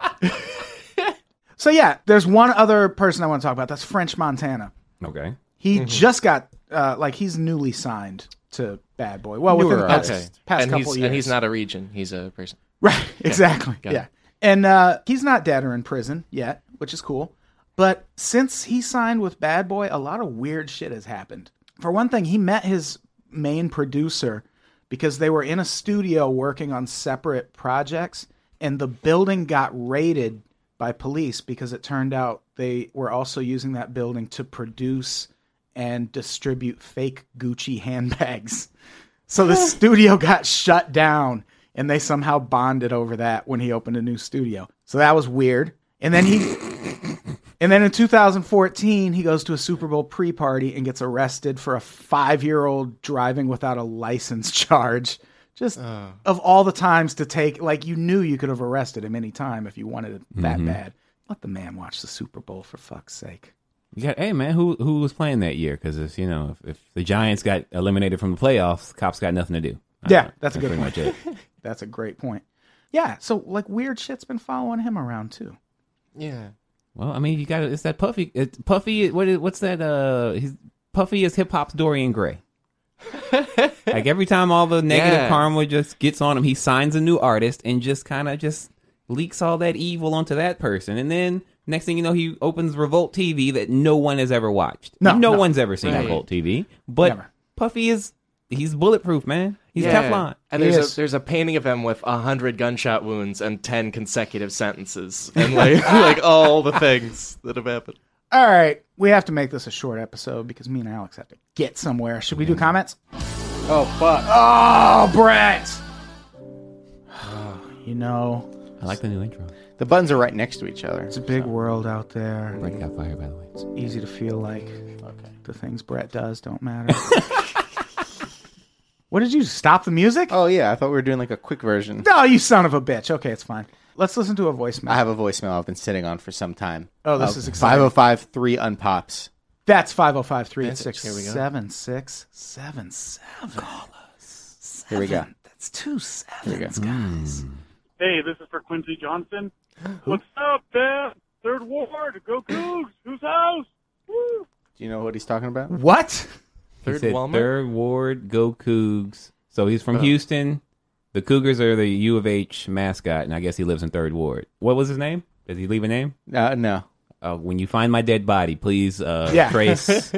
Speaker 2: So yeah, there's one other person I want to talk about. That's French Montana.
Speaker 3: <laughs> Okay.
Speaker 2: He
Speaker 5: Mm-hmm.
Speaker 2: just got uh, like he's newly signed to Bad Boy. Well, within the
Speaker 4: Newer
Speaker 2: past,
Speaker 5: Okay.
Speaker 2: past
Speaker 5: and
Speaker 2: couple
Speaker 5: he's
Speaker 2: years,
Speaker 5: and he's not a region. He's a person.
Speaker 2: Right, exactly.
Speaker 5: Got it.
Speaker 2: yeah. And uh, he's not dead or in prison yet, which is cool. But since he signed with Bad Boy, a lot of weird shit has happened. For one thing, he met his main producer because they were in a studio working on separate projects, and the building got raided by police because it turned out they were also using that building to produce and distribute fake Gucci handbags. <laughs> So the studio got shut down, and they somehow bonded over that when he opened a new studio. So that was weird. And then he, and then in 2014, he goes to a Super Bowl pre-party and gets arrested for a five-year-old driving without a license <laughs> charge. Just of all the times to take, like you knew you could have arrested him any time if you wanted it that bad. Let the man watch the Super Bowl for fuck's sake.
Speaker 3: You got, hey man, who who was playing that year? Because if you know, if, if the Giants got eliminated from the playoffs, cops got nothing to do. I
Speaker 2: Yeah,
Speaker 3: don't know.
Speaker 2: that's a good
Speaker 3: pretty
Speaker 2: point.
Speaker 3: much it.
Speaker 2: That's a great point. Yeah, so like weird shit's been following him around too.
Speaker 5: Yeah.
Speaker 3: Well, I mean, you got it's that Puffy. It's Puffy, what is, what's that? Uh, he's, Puffy is hip hop's Dorian
Speaker 5: <laughs>
Speaker 3: Gray. like every time all the negative
Speaker 5: Yeah.
Speaker 3: karma just gets on him, he signs a new artist and just kind of just leaks all that evil onto that person, and then next thing you know, he opens Revolt TV that no one has ever watched.
Speaker 2: No, no.
Speaker 3: one's ever seen
Speaker 5: Right.
Speaker 3: Revolt TV, but
Speaker 2: Never.
Speaker 3: Puffy is he's bulletproof, man. He's Teflon.
Speaker 5: And
Speaker 2: He
Speaker 5: there's
Speaker 2: is.
Speaker 5: a, there's a painting of him with hundred gunshot wounds and ten consecutive sentences, and like <laughs> like all the things that have happened.
Speaker 2: All right, we have to make this a short episode because me and Alex have to get somewhere. Should we do comments?
Speaker 7: Oh fuck!
Speaker 2: Oh, Brett! <sighs> you know,
Speaker 3: I like the new intro.
Speaker 7: The buttons are right next to each other.
Speaker 2: it's a big world out there.
Speaker 3: Brett got fired, by the way.
Speaker 2: Easy to feel like the things Brett does don't matter. <laughs> what did you stop the music?
Speaker 7: Oh yeah, I thought we were doing like a quick version.
Speaker 2: No, you son of a bitch. Okay, it's fine. Let's listen to a voicemail.
Speaker 7: I have a voicemail I've been sitting on for some time.
Speaker 2: Oh, this is exciting.
Speaker 7: 505 3 unpops.
Speaker 2: That's 505 386
Speaker 5: Here we go.
Speaker 2: 7677. Call us.
Speaker 7: Here we go.
Speaker 2: That's two sevens,
Speaker 7: go.
Speaker 2: guys.
Speaker 8: Hey, this is for Quincy Johnson. What's up, Beth? Third Ward, go Cougs! Whose house? Woo!
Speaker 7: Do you know what he's talking about?
Speaker 2: What?
Speaker 3: He
Speaker 5: Third
Speaker 3: said
Speaker 5: Walmart?
Speaker 3: Third Ward, go Cougs. So he's
Speaker 7: Oh.
Speaker 3: from Houston. The Cougars are the U of H mascot, and I guess he lives in Third Ward. What was his name? Does he leave a name?
Speaker 7: Uh, no.
Speaker 3: Uh, when you find my dead body, please uh,
Speaker 2: Yeah.
Speaker 7: <laughs>
Speaker 3: trace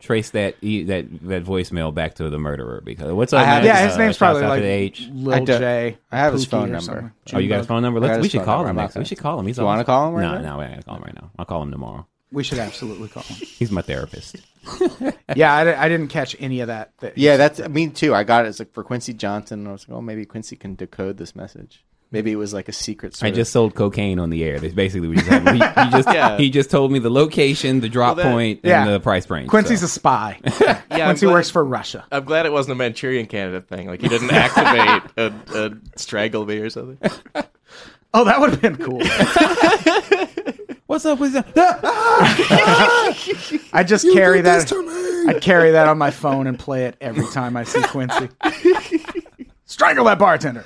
Speaker 3: trace that e- that that voicemail back to the murderer. Because what's up?
Speaker 7: I have-
Speaker 3: man?
Speaker 2: Yeah, his
Speaker 3: Uh,
Speaker 2: name's
Speaker 3: shouts
Speaker 2: probably
Speaker 3: out to
Speaker 2: like
Speaker 3: the H.
Speaker 7: I
Speaker 2: Lil
Speaker 7: do-
Speaker 2: J.
Speaker 7: I have his
Speaker 2: Pookie
Speaker 7: phone
Speaker 2: or
Speaker 7: number.
Speaker 2: something.
Speaker 3: Oh, you got his phone number?
Speaker 7: I got
Speaker 3: Let's, we
Speaker 7: his
Speaker 3: should
Speaker 7: phone
Speaker 3: call
Speaker 7: number.
Speaker 3: him
Speaker 7: I'm
Speaker 3: next.
Speaker 7: not
Speaker 3: We should call him. He's
Speaker 7: You wanna
Speaker 3: awesome.
Speaker 7: call him right
Speaker 3: no,
Speaker 7: now?
Speaker 3: no, we're not gonna call him right now. I'll call him tomorrow.
Speaker 2: We should absolutely call him. <laughs>
Speaker 3: He's my therapist.
Speaker 2: yeah, I, di- I didn't catch any of that. that
Speaker 7: Yeah, that's me too. I got it. It's like for Quincy Johnson. and I was like, oh, maybe Quincy can decode this message. Maybe it was like a secret. Sort
Speaker 3: I
Speaker 7: of-
Speaker 3: just sold cocaine on the air. That's basically what he said. He,
Speaker 2: <laughs>
Speaker 3: he just
Speaker 5: Yeah.
Speaker 3: he just told me the location, the drop
Speaker 5: Well, that-
Speaker 3: point,
Speaker 2: Yeah.
Speaker 3: and the price range.
Speaker 2: Quincy's
Speaker 3: so.
Speaker 2: a spy.
Speaker 5: Yeah,
Speaker 2: Quincy
Speaker 5: I'm glad-
Speaker 2: works for Russia.
Speaker 5: I'm glad it wasn't a Manchurian candidate thing. Like he didn't <laughs> activate a, a strangle me or something.
Speaker 2: Oh, that would have been cool.
Speaker 3: what's up? What's up?
Speaker 2: I just carry that. I carry that on my phone and play it every time I see Quincy. Strangle that bartender.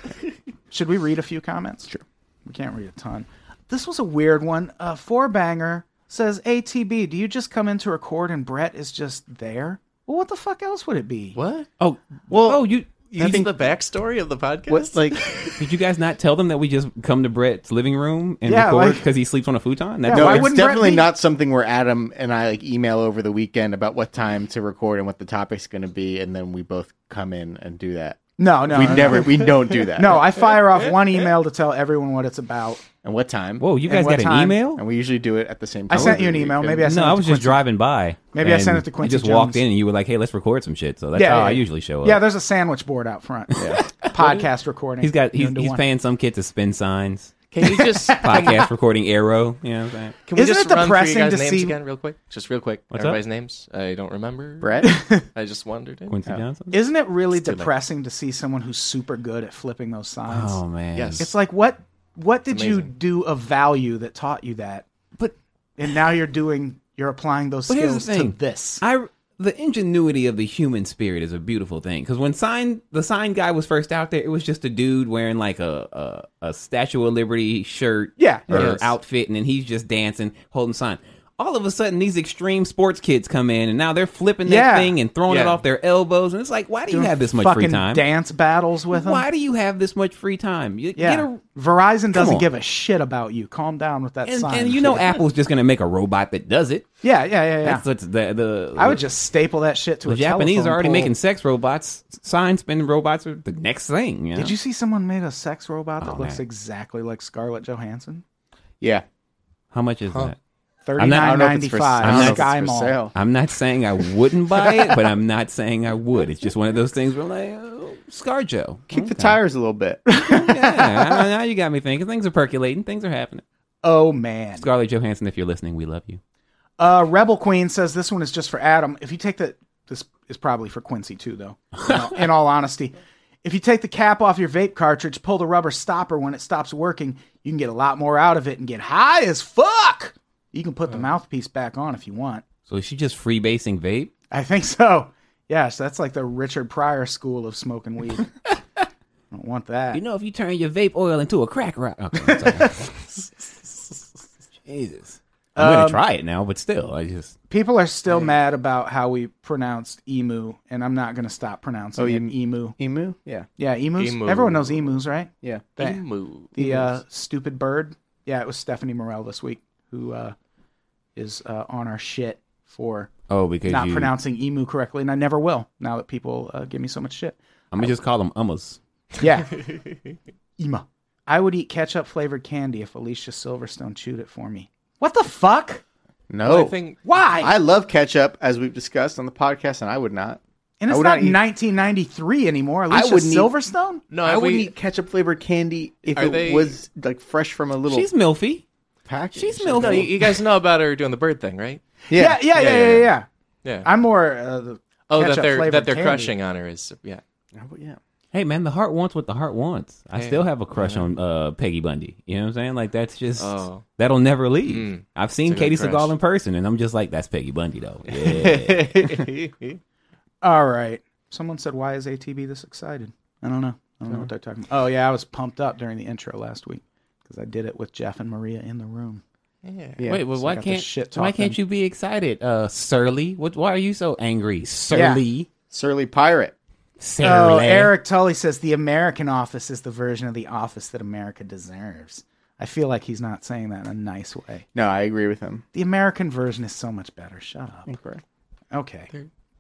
Speaker 2: Should we read a few comments? Sure. We can't read a ton. This was a weird one. Uh, Four banger says, "ATB, do you just come in to record and Brett is just there? Well, what the fuck else would it be?
Speaker 5: What?
Speaker 3: Oh well. Oh, you. you
Speaker 5: That's the backstory of the podcast.
Speaker 7: What's like?
Speaker 3: <laughs> did you guys not tell them that we just come to Brett's living room and
Speaker 2: Yeah,
Speaker 3: record
Speaker 2: like-
Speaker 3: because he sleeps on a futon? That
Speaker 2: Yeah,
Speaker 7: No,
Speaker 2: Why
Speaker 7: it's
Speaker 2: wouldn't Brett
Speaker 7: definitely
Speaker 2: be-
Speaker 7: not something where Adam and I like email over the weekend about what time to record and what the topic's going to be, and then we both come in and do that.
Speaker 2: No, no,
Speaker 7: we
Speaker 2: no,
Speaker 7: never,
Speaker 2: No.
Speaker 7: we don't do
Speaker 2: <laughs>
Speaker 7: that.
Speaker 2: No, I fire off one email to tell everyone what it's about.
Speaker 7: And what time?
Speaker 3: Whoa, you guys
Speaker 2: what
Speaker 3: got an
Speaker 2: time?
Speaker 3: email?
Speaker 7: And we usually do it at the same
Speaker 2: I
Speaker 7: time.
Speaker 2: sent you an email. Maybe I sent it
Speaker 3: No, I
Speaker 2: to
Speaker 3: was just
Speaker 2: Quincy.
Speaker 3: driving by.
Speaker 2: Maybe I sent
Speaker 3: and
Speaker 2: it to Quincy
Speaker 3: You just walked
Speaker 2: Jones.
Speaker 3: in and you were like, "Hey, let's record some shit." So that's
Speaker 2: Yeah,
Speaker 3: how
Speaker 2: yeah,
Speaker 3: I
Speaker 2: yeah.
Speaker 3: usually show up.
Speaker 2: Yeah, there's a sandwich board out front. Yeah. <laughs> Podcast recording.
Speaker 3: he's got he's,
Speaker 2: noon to
Speaker 3: he's
Speaker 2: one.
Speaker 3: paying some kid to spin signs.
Speaker 5: Can
Speaker 3: <laughs>
Speaker 5: you just can we-
Speaker 3: Podcast recording arrow. You know what I'm saying?
Speaker 5: can we
Speaker 2: Isn't
Speaker 5: just
Speaker 2: it
Speaker 5: run through you
Speaker 2: depressing
Speaker 5: guys'
Speaker 2: to
Speaker 5: names
Speaker 2: see-
Speaker 5: again real quick? Just real quick.
Speaker 3: What's up?
Speaker 5: Everybody's names. I don't remember.
Speaker 7: Brett,
Speaker 5: <laughs> I just wondered. it.
Speaker 3: Quincy Johnson.
Speaker 2: Isn't it really
Speaker 5: too late.
Speaker 2: depressing to see someone who's super good at flipping those signs?
Speaker 3: Oh man.
Speaker 5: Yes.
Speaker 2: It's like what what did you
Speaker 5: amazing.
Speaker 2: do of value that taught you that? But and now you're doing you're applying those
Speaker 3: But here's the
Speaker 2: skills to
Speaker 3: thing.
Speaker 2: this.
Speaker 3: I the ingenuity of the human spirit is a beautiful thing because when sign the sign guy was first out there, it was just a dude wearing like a a, a Statue of Liberty shirt,
Speaker 2: Yeah,
Speaker 3: or
Speaker 5: yes.
Speaker 3: outfit, and then he's just dancing, holding sign. All of a sudden, these extreme sports kids come in, and now they're flipping that
Speaker 2: Yeah.
Speaker 3: thing and throwing it
Speaker 5: Yeah.
Speaker 3: off their elbows, and it's like, why do you
Speaker 2: Doing
Speaker 3: have this much
Speaker 2: fucking
Speaker 3: free time?
Speaker 2: Dance battles with them.
Speaker 3: Why do you have this much free time? You,
Speaker 2: yeah.
Speaker 3: get a,
Speaker 2: Verizon doesn't
Speaker 3: on.
Speaker 2: give a shit about you. Calm down with that
Speaker 3: and,
Speaker 2: sign.
Speaker 3: and you know Apple's just going to make a robot that does it.
Speaker 2: Yeah, yeah, yeah, yeah.
Speaker 3: That's what's the, the
Speaker 2: I would just staple that shit to
Speaker 3: the
Speaker 2: a
Speaker 3: Japanese
Speaker 2: telephone
Speaker 3: are already
Speaker 2: pole.
Speaker 3: making sex robots. Sign spinning robots are the next thing. You know?
Speaker 2: Did you see someone made a sex robot that
Speaker 3: Oh,
Speaker 2: looks
Speaker 3: man.
Speaker 2: exactly like Scarlett Johansson?
Speaker 7: yeah.
Speaker 3: How much is that?
Speaker 2: Thirty
Speaker 3: not- I
Speaker 2: nine
Speaker 3: don't
Speaker 7: know if it's
Speaker 2: ninety
Speaker 7: for- I
Speaker 3: don't know
Speaker 2: five.
Speaker 3: if it's
Speaker 2: Sky
Speaker 7: for
Speaker 2: Mall.
Speaker 7: sale.
Speaker 3: I'm not saying I wouldn't buy it, but I'm not saying I would. It's just one of those things where I'm like, oh, ScarJo.
Speaker 7: Kick the tires a little
Speaker 2: <laughs>
Speaker 7: bit.
Speaker 3: yeah, I- I- now you got me thinking. Things are percolating. Things are happening.
Speaker 2: Oh man.
Speaker 3: Scarlett Johansson, if you're listening, we love you.
Speaker 2: Uh, Rebel Queen says this one is just for Adam. If you take the this is probably for Quincy too, though. In all, in all honesty, if you take the cap off your vape cartridge, pull the rubber stopper when it stops working, you can get a lot more out of it and get high as fuck. You can put the mouthpiece back on if you want.
Speaker 3: So is she just freebasing vape?
Speaker 2: I think so. Yes, that's like the Richard Pryor school of smoking weed.
Speaker 3: <laughs>
Speaker 2: I don't want that.
Speaker 3: You know, if you turn your vape oil into a crack rock. Okay, I'm sorry. <laughs> Jesus. I'm
Speaker 2: Um,
Speaker 3: going to try it now, but still, I just.
Speaker 2: People are still mad about how we pronounced emu, and I'm not going to stop pronouncing
Speaker 7: Oh,
Speaker 2: it
Speaker 7: em-
Speaker 2: emu.
Speaker 7: Emu? Yeah.
Speaker 2: Yeah, emus.
Speaker 5: Emu.
Speaker 2: Everyone knows emus, right?
Speaker 7: Yeah.
Speaker 2: That-
Speaker 5: Emu.
Speaker 2: the uh, stupid bird. Yeah, it was Stephanie Morel this week who uh, is uh, on our shit for
Speaker 3: Oh, because
Speaker 2: not
Speaker 3: you.
Speaker 2: pronouncing emu correctly, and I never will. Now that people uh, give me so much shit.
Speaker 7: <laughs>
Speaker 3: I'm going to just call them ummas.
Speaker 2: Yeah, Ema. I would eat ketchup flavored candy if Alicia Silverstone chewed it for me. What the fuck?
Speaker 7: No.
Speaker 5: I think
Speaker 2: Why?
Speaker 7: I love ketchup, as we've discussed on the podcast, and I would not.
Speaker 2: and
Speaker 7: I
Speaker 2: it's
Speaker 7: would
Speaker 2: not
Speaker 7: not eat-
Speaker 2: 1993 anymore. Alicia
Speaker 7: wouldn't eat-
Speaker 2: Silverstone.
Speaker 5: no.
Speaker 7: I
Speaker 5: have
Speaker 7: wouldn't
Speaker 5: we-
Speaker 7: eat ketchup flavored candy if
Speaker 5: Are
Speaker 7: it
Speaker 5: they-
Speaker 7: was like fresh from a little
Speaker 3: She's Milfy.
Speaker 7: package.
Speaker 3: She's
Speaker 5: No, you,
Speaker 3: Milfy.
Speaker 5: you guys know about her doing the bird thing, right?
Speaker 2: Yeah, yeah, yeah, yeah,
Speaker 5: yeah,
Speaker 2: yeah.
Speaker 5: yeah.
Speaker 2: yeah.
Speaker 5: Yeah.
Speaker 2: I'm more. Uh, the
Speaker 5: oh, that
Speaker 2: ketchup
Speaker 5: they're
Speaker 2: flavored
Speaker 5: that they're
Speaker 2: candy.
Speaker 5: crushing on her is yeah.
Speaker 7: yeah.
Speaker 3: Hey man, the heart wants what the heart wants. I still have a crush on uh, Peggy Bundy. You know what I'm saying? Like that's just
Speaker 5: Oh.
Speaker 3: that'll never leave. I've seen
Speaker 5: It's a
Speaker 3: Katie
Speaker 5: good
Speaker 3: Seagal
Speaker 5: crush.
Speaker 3: in person, and I'm just like, that's Peggy Bundy <laughs> though. Yeah.
Speaker 2: All right. Someone said, "Why is ATB this excited?" I don't know. I don't know what they're talking about. Oh yeah, I was pumped up during the intro last week because I did it with Jeff and Maria in the room.
Speaker 7: Yeah.
Speaker 3: Wait, well,
Speaker 2: so I
Speaker 3: why
Speaker 2: got the
Speaker 3: can't
Speaker 2: shit
Speaker 3: why
Speaker 2: talking.
Speaker 3: can't you be excited, uh, Surly? What? Why are you so angry, Surly?
Speaker 7: Surly pirate.
Speaker 3: Surly.
Speaker 2: Oh, Eric Tully says the American Office is the version of the Office that America deserves. I feel like he's not saying that in a nice way.
Speaker 7: No, I agree with him.
Speaker 2: The American version is so much better. Shut up. Okay.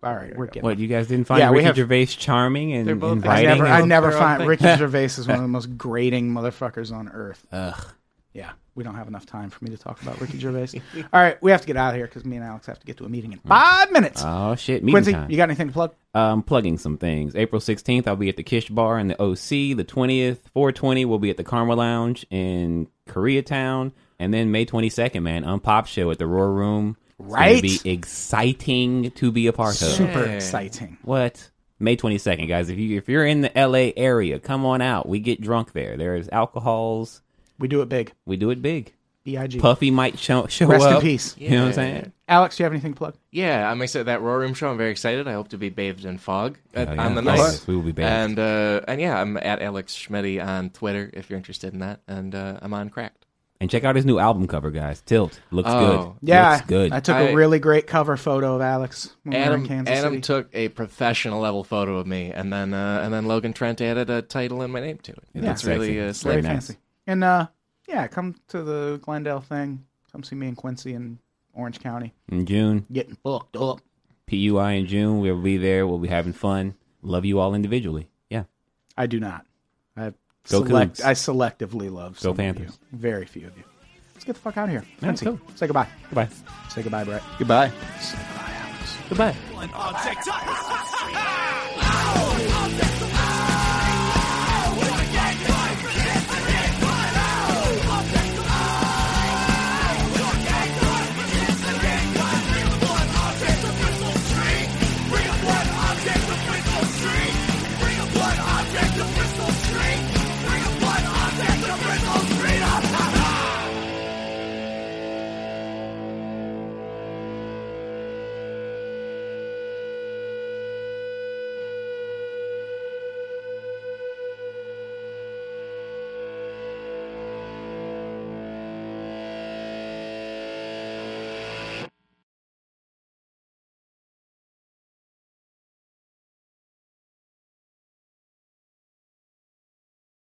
Speaker 2: All right, we're getting.
Speaker 3: What you guys didn't find
Speaker 2: Yeah, we
Speaker 3: Ricky
Speaker 2: have-
Speaker 3: Gervais charming and
Speaker 5: both-
Speaker 2: I
Speaker 3: inviting?
Speaker 2: never,
Speaker 3: and-
Speaker 2: I never
Speaker 5: their own
Speaker 2: find
Speaker 5: thing.
Speaker 2: Ricky
Speaker 5: <laughs>
Speaker 2: Gervais is one of the most grating motherfuckers on earth.
Speaker 3: Ugh.
Speaker 2: Yeah, we don't have enough time for me to talk about Ricky
Speaker 5: <laughs>
Speaker 2: Gervais. All right, we have to get out of here because me and Alex have to get to a meeting in five minutes.
Speaker 3: Oh shit! Meeting
Speaker 2: Quincy,
Speaker 3: time.
Speaker 2: you got anything to plug?
Speaker 3: I'm um, plugging some things. April 16th, I'll be at the Kish Bar in the OC. The 20th, 420, we'll be at the Karma Lounge in Koreatown. And then May 22nd, man, Unpop Show at the Roar Room. It's gonna
Speaker 2: Right.
Speaker 3: be exciting to be a part of.
Speaker 2: Super exciting.
Speaker 3: What? May 22nd, guys. If, you, if you're in the LA area, come on out. We get drunk there. There's alcohols.
Speaker 2: We do it big.
Speaker 3: We do it big.
Speaker 2: B I G.
Speaker 3: Puffy might show, show
Speaker 2: Rest in
Speaker 3: up.
Speaker 2: peace.
Speaker 3: You know what I'm saying?
Speaker 2: Alex, do you have anything to plug?
Speaker 5: Yeah, I'm excited. That Roar Room show, I'm very excited. I hope to be bathed in fog at,
Speaker 3: Oh, yeah.
Speaker 5: on the
Speaker 3: Yes,
Speaker 5: night.
Speaker 3: yes, we will be bathed.
Speaker 5: And, uh, and yeah, I'm at Alex Schmetti on Twitter if you're interested in that. And uh, I'm on Cracked.
Speaker 3: And check out his new album cover, guys. Tilt. Looks
Speaker 5: Oh.
Speaker 3: good.
Speaker 2: Yeah,
Speaker 3: Looks good.
Speaker 2: I took a
Speaker 5: I-
Speaker 2: really great cover photo of Alex when we were in
Speaker 5: Adam
Speaker 2: Kansas
Speaker 5: Adam
Speaker 2: City.
Speaker 5: took a professional level photo of me, and then uh, and then Logan Trent added a title and my name to it. And
Speaker 2: Yeah.
Speaker 5: It's really
Speaker 3: Sexy.
Speaker 5: uh,
Speaker 2: Very
Speaker 5: slick.
Speaker 3: nice.
Speaker 2: fancy. And uh, yeah, come to the Glendale thing. Come see me and Quincy in Orange County
Speaker 3: in June.
Speaker 2: getting fucked up.
Speaker 3: PUI in June. We'll be there. We'll be having fun. Love you all individually. Yeah.
Speaker 2: I do not. I
Speaker 3: Go
Speaker 2: select.
Speaker 3: Cougs.
Speaker 2: I selectively love.
Speaker 3: Go
Speaker 2: some of you.
Speaker 3: Panthers.
Speaker 2: Very few of you. Let's get the fuck out of here. Quincy,
Speaker 3: cool.
Speaker 2: say goodbye.
Speaker 3: Goodbye.
Speaker 2: Say goodbye, Brett.
Speaker 4: Goodbye.
Speaker 3: Goodbye.
Speaker 9: Object.